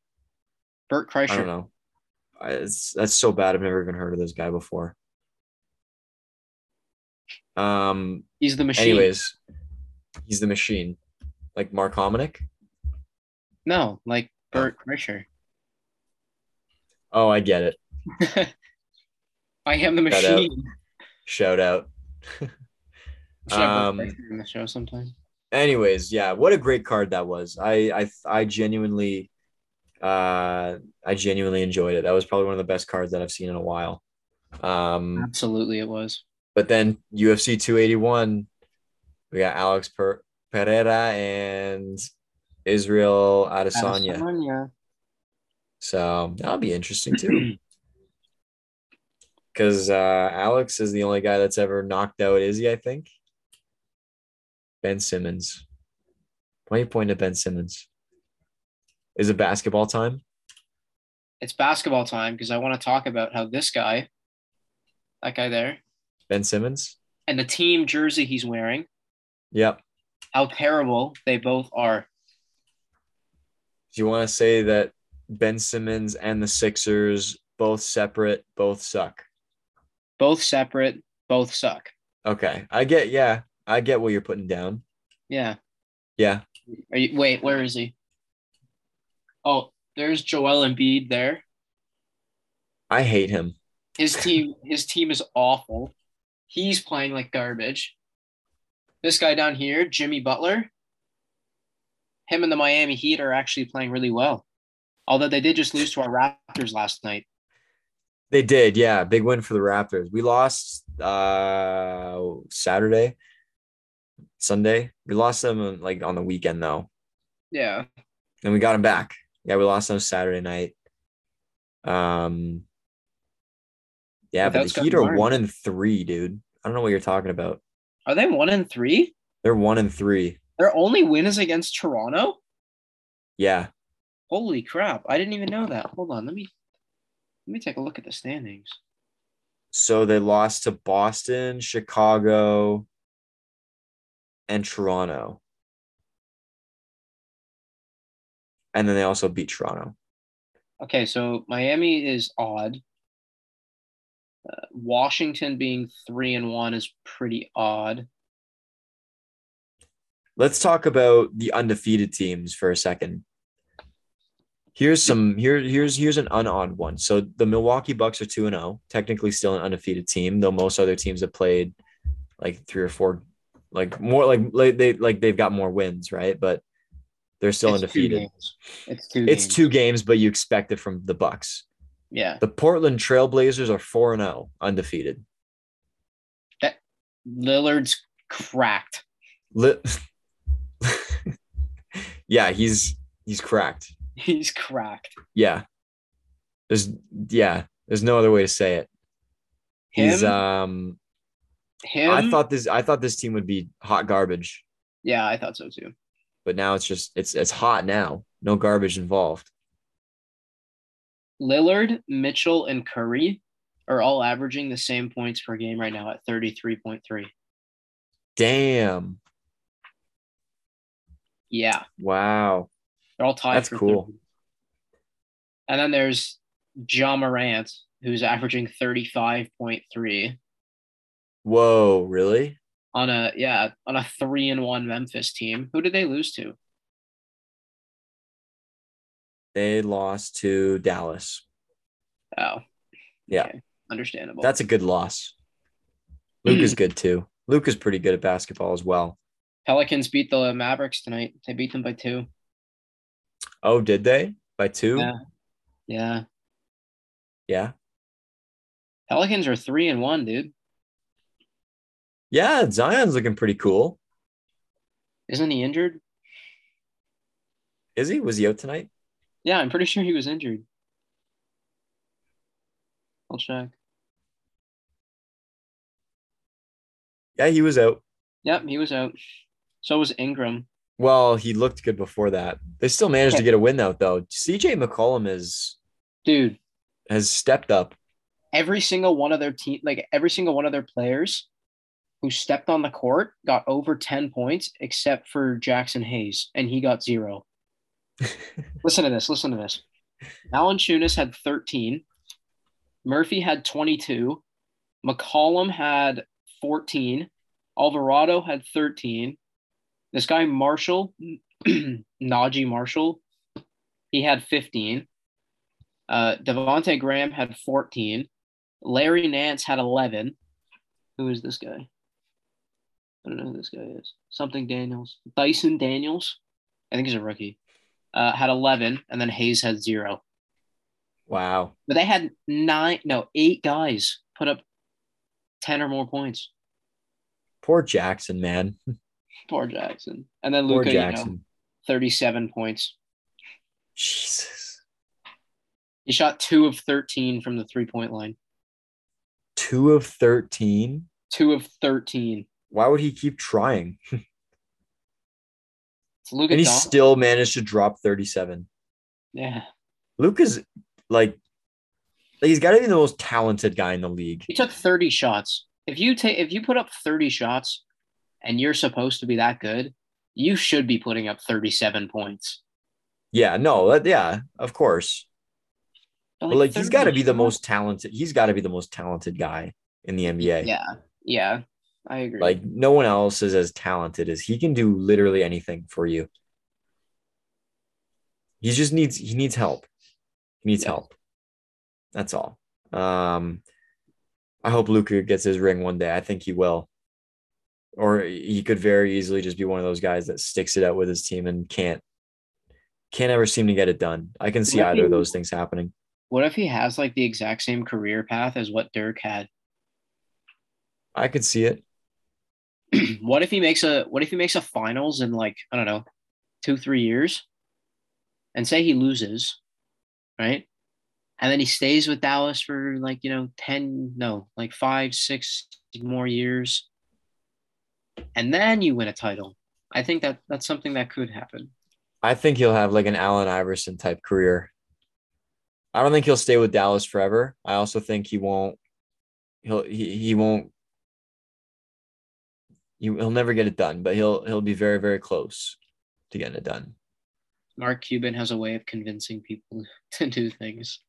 S2: Bert
S1: I don't
S2: Kreischer.
S1: know. I- It's, that's so bad. I've never even heard of this guy before. Um.
S2: He's the machine.
S1: Anyways, he's the machine, like Mark Hominick.
S2: No, like Bert Kreischer.
S1: Oh, I get it.
S2: I am the
S1: Shout out.
S2: machine.
S1: Shout out.
S2: Should have
S1: Um,
S2: Bert Kreischer in the show sometime.
S1: anyways yeah what a great card that was i i, I genuinely uh i genuinely enjoyed it that was probably one of the best cards that i've seen in a while um
S2: Absolutely, it was.
S1: but then ufc 281 we got alex per- pereira and israel adesanya
S2: Adesanya.
S1: so that'll be interesting too because uh alex is the only guy that's ever knocked out izzy i think ben simmons why are you pointing at ben simmons is it basketball time
S2: It's basketball time because I want to talk about how this guy, that guy there,
S1: Ben Simmons.
S2: and the team jersey he's wearing,
S1: Yep.
S2: how terrible they both are.
S1: Do you want to say that Ben Simmons and the Sixers both separate, both suck?
S2: Both separate, both suck.
S1: Okay. I get yeah. I get what you're putting down.
S2: Yeah.
S1: Yeah.
S2: Are you, wait, where is he? Oh, there's Joel Embiid there.
S1: I hate him.
S2: His team, his team is awful. He's playing like garbage. This guy down here, Jimmy Butler, him and the Miami Heat are actually playing really well. Although they did just lose to our Raptors last night.
S1: They did, yeah. Big win for the Raptors. We lost uh Saturday, Sunday. We lost them um, like on the weekend though.
S2: Yeah.
S1: and we got them back. Yeah, we lost them Saturday night. Um, yeah,
S2: Without
S1: but the
S2: Scott
S1: Heat are
S2: Barnes.
S1: one and three, dude. I don't know what you're talking about.
S2: Are they one and three?
S1: They're one and three.
S2: Their only win is against Toronto?
S1: Yeah,
S2: Holy crap. I didn't even know that. Hold on. Let me let me take a look at the standings.
S1: so they lost to Boston, Chicago, and Toronto, and then they also beat Toronto.
S2: Okay, so Miami is odd. Uh, Washington being three and one is pretty odd.
S1: Let's talk about the undefeated teams for a second. Here's some here here's here's an unodd one. So the Milwaukee Bucks are 2 and 0, technically still an undefeated team, though most other teams have played like three or four like more like, like they like they've got more wins, right? But they're still
S2: It's two
S1: undefeated.
S2: games. It's two.
S1: it's
S2: games.
S1: two games, but you expect it from the Bucks.
S2: Yeah,
S1: The Portland Trailblazers are 4 and 0, undefeated.
S2: Lillard's cracked.
S1: Li- yeah, he's he's cracked.
S2: He's cracked.
S1: Yeah. There's yeah, there's no other way to say it.
S2: Him.
S1: He's um
S2: him.
S1: I thought this I thought this team would be hot garbage,
S2: Yeah, I thought so too.
S1: but now it's just it's it's hot now. No garbage involved.
S2: Lillard, Mitchell, and Curry are all averaging the same points per game right now at thirty three point three.
S1: Damn.
S2: Yeah.
S1: Wow.
S2: They're all tied.
S1: That's
S2: for
S1: cool.
S2: 30. And then there's John Morant, who's averaging 35.3
S1: Whoa, really?
S2: on a yeah on a three and one Memphis team. Who did they lose to?
S1: They lost to Dallas.
S2: Oh,
S1: Yeah.
S2: Okay. understandable.
S1: That's a good loss.
S2: Hmm.
S1: Luke is good too. Luke is pretty good at basketball as well.
S2: Pelicans beat the Mavericks tonight. They beat them by two.
S1: Oh, did they? By two?
S2: Yeah. Yeah,
S1: Yeah.
S2: Pelicans are three and one, dude.
S1: Yeah, Zion's looking pretty cool.
S2: Isn't he injured?
S1: Is he? Was he out tonight?
S2: Yeah, I'm pretty sure he was injured. I'll check.
S1: Yeah, he was out.
S2: Yep, he was out. So was Ingram.
S1: Well, he looked good before that. They still managed to get a win out though. CJ McCollum is
S2: Dude,
S1: has stepped up.
S2: every single one of their team, like every single one of their players who stepped on the court got over 10 points except for Jackson Hayes, and he got zero. listen to this. Listen to this. Alan Chunas had 13. Murphy had 22. McCollum had 14. Alvarado had 13. This guy, Marshall, Najee Marshall, he had 15. Uh, Devonte Graham had 14. Larry Nance had 11. Who is this guy? I don't know who this guy is. Something Daniels. Dyson Daniels. I think he's a rookie. Uh, had 11, and then Hayes had zero.
S1: Wow.
S2: But they had nine, no, eight guys put up 10 or more points.
S1: Poor Jackson, man.
S2: Poor Jackson. And then
S1: Poor
S2: Luca, you
S1: Jackson.
S2: know, 37 points.
S1: Jesus.
S2: He shot two of 13 from the three point line.
S1: Two of 13.
S2: Two of 13.
S1: Why would he keep trying?
S2: It's Luca
S1: And he
S2: Don-
S1: still managed to drop 37.
S2: Yeah.
S1: Luke is like, like, he's got to be the most talented guy in the league.
S2: He took 30 shots. If you take if you put up 30 shots and you're supposed to be that good, you should be putting up 37 points.
S1: Yeah, no, that, yeah, of course.
S2: But,
S1: But like he's
S2: 30
S1: got to be the
S2: shots?
S1: most talented. He's got to be the most talented guy in the NBA.
S2: Yeah. Yeah. I agree.
S1: Like no one else is as talented as he can do literally anything for you. He just needs he needs help. He needs
S2: Yeah.
S1: help. That's all. Um I hope Luca gets his ring one day. I think he will. Or he could very easily just be one of those guys that sticks it out with his team and can't can't ever seem to get it done. I can see
S2: What
S1: either of
S2: do-
S1: those things happening.
S2: what if he has like the exact same career path as what Dirk had?
S1: I could see it.
S2: what if he makes a what if he makes a finals in like, I don't know, 2-3 years? And say he loses, right? And then he stays with Dallas for like, you know, 10, no, like 5, 6 more years. And then you win a title. I think that that's something that could happen.
S1: I think he'll have like an Allen Iverson type career. I don't think he'll stay with Dallas forever. I also think he won't. He'll he, he won't. He, he'll never get it done, but he'll he'll be very very close to getting it done.
S2: Mark Cuban has a way of convincing people to do things.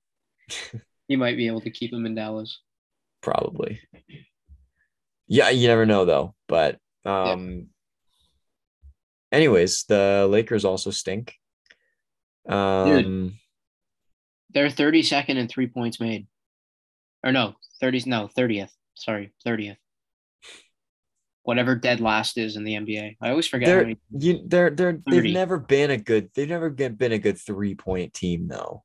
S2: he might be able to keep him in Dallas.
S1: probably. Yeah, you never know though. But um, Anyways, the Lakers also stink. Um,
S2: They're 32nd in three points made. Or no, 30s, no, 30th. Sorry, 30th. Whatever dead last is in the NBA. I always forget. how
S1: they're
S2: many-
S1: you, they're they're they've
S2: 30.
S1: never been a good they've never get- been a good three point team though.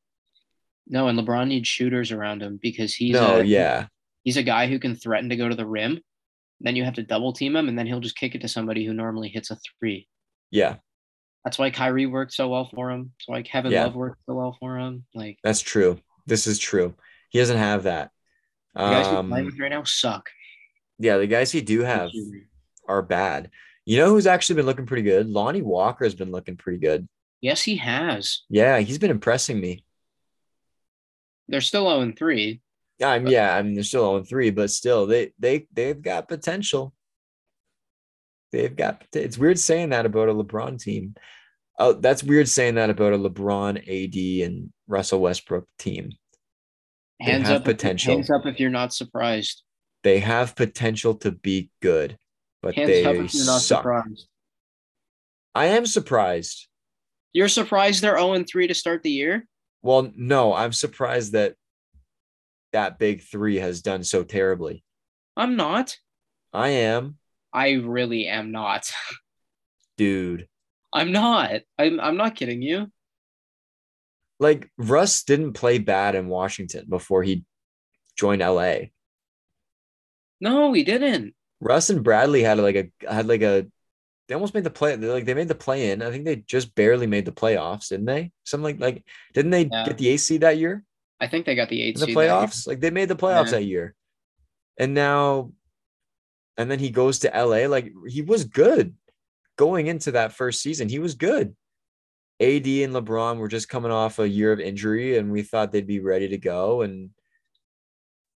S2: No, and LeBron needs shooters around him because he's
S1: no,
S2: a,
S1: yeah,
S2: he's a guy who can threaten to go to the rim. Then you have to double team him, and then he'll just kick it to somebody who normally hits a three.
S1: yeah,
S2: That's why Kyrie worked so well for him. That's why Kevin
S1: Yeah.
S2: Love worked so well for him. Like
S1: that's true. This is true. He doesn't have that.
S2: the guys he's playing
S1: Um,
S2: with right now suck.
S1: yeah, the guys he do have are bad. You know who's actually been looking pretty good? Lonnie Walker has been looking pretty good.
S2: Yes, he has.
S1: Yeah, he's been impressing me.
S2: They're still 0 3.
S1: I'm yeah, I mean they're still on three, but still they they they've got potential. They've got pot- it's weird saying that about a LeBron team. Oh, that's weird saying that about a LeBron AD and Russell Westbrook team. They
S2: Hands
S1: have
S2: up,
S1: potential.
S2: Hands up if you're not surprised.
S1: They have potential to be good, but
S2: Hands
S1: they
S2: up if you're not
S1: suck.
S2: surprised.
S1: I am surprised.
S2: You're surprised they're 0 3 to start the year?
S1: Well, no, I'm surprised that that big three has done so terribly.
S2: I'm not.
S1: I am,
S2: I really am not.
S1: dude.
S2: I'm not. I'm, I'm not kidding you.
S1: like Russ didn't play bad in Washington before he joined LA.
S2: No, he didn't.
S1: Russ and Bradley had like a had like a they almost made the play they like they made the play in. I think they just barely made the playoffs, didn't they? Something like like didn't they
S2: Yeah.
S1: get the AC that year
S2: I think they got the eight
S1: in the
S2: seed that year.
S1: playoffs? Like they made the playoffs
S2: E Yeah.
S1: that year. And now and then he goes to LA like he was good going into that first season. He was good. AD and LeBron were just coming off a year of injury, and we thought they'd be ready to go. And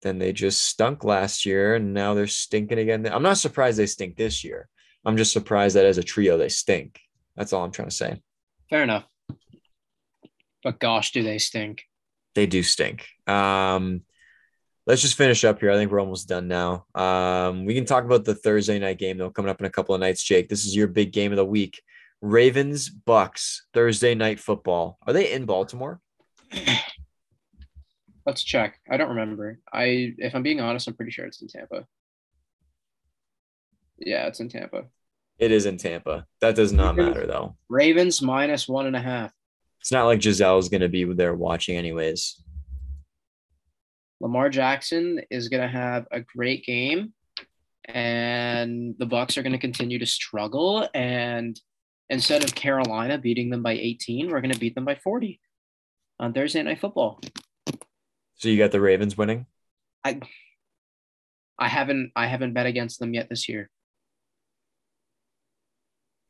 S1: then they just stunk last year, and now they're stinking again. I'm not surprised they stink this year. I'm just surprised that as a trio, they stink. That's all I'm trying to say.
S2: Fair enough. But gosh, do they stink?
S1: They do stink. Um, let's just finish up here. I think we're almost done now. Um, we can talk about the Thursday night game, though, coming up in a couple of nights, Jake. This is your big game of the week Ravens, Bucks, Thursday night football. Are they in Baltimore?
S2: Let's check. I don't remember. I, if I'm being honest, I'm pretty sure it's in Tampa. Yeah, it's in Tampa.
S1: It is in Tampa. That does not
S2: Ravens.
S1: matter though.
S2: Ravens minus one and a half.
S1: It's not like Giselle's gonna be there watching anyways.
S2: Lamar Jackson is going to have a great game, and the Bucks are going to continue to struggle. And instead of Carolina beating them by 18, we're going to beat them by 40 on Thursday Night Football.
S1: So you got the Ravens winning.
S2: I haven't I haven't bet against them yet this year.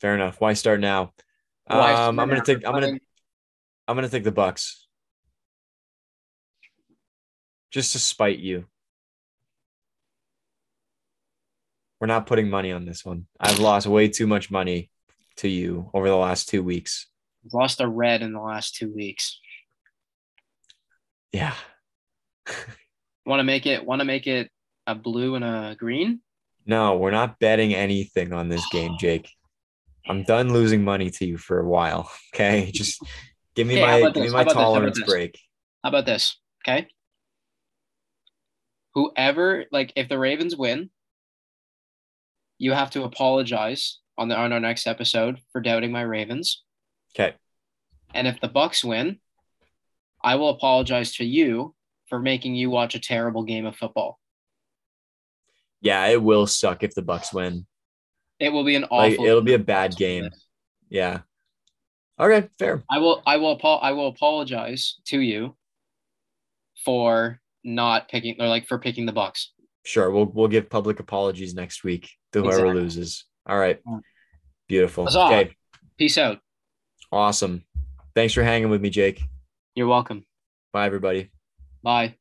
S1: Fair enough. Why start now?
S2: Why
S1: Um, I'm
S2: start
S1: gonna
S2: now?
S1: take I'm gonna
S2: Playing-
S1: I'm gonna take the Bucks. Just to spite you. We're not putting money on this one. I've lost way too much money to you over the last two weeks.
S2: We've lost a red in the last two weeks.
S1: Yeah.
S2: Want to make it? Want to make it a blue and a green?
S1: No, we're not betting anything on this game, Jake. I'm done losing money to you for a while. Okay. Just give me
S2: Okay, how
S1: my
S2: about
S1: give me
S2: this?
S1: my
S2: How about this? How about
S1: tolerance
S2: this?
S1: break.
S2: How about this? Okay. Whoever, like, if the Ravens win, you have to apologize on the on our next episode for doubting my Ravens.
S1: Okay.
S2: And if the Bucks win, I will apologize to you for making you watch a terrible game of football.
S1: Yeah, it will suck if the Bucks win.
S2: It will be an awful.
S1: Like it'll be a bad game. Yeah. Okay, fair.
S2: I will I will apo- I will apologize to you for not picking or like for picking the Bucks.
S1: Sure. We'll we'll give public apologies next week to whoever
S2: Exactly.
S1: loses. All right.
S2: Mm.
S1: Beautiful.
S2: Huzzah.
S1: Okay.
S2: Peace out.
S1: Awesome. Thanks for hanging with me, Jake.
S2: You're welcome.
S1: Bye everybody.
S2: Bye.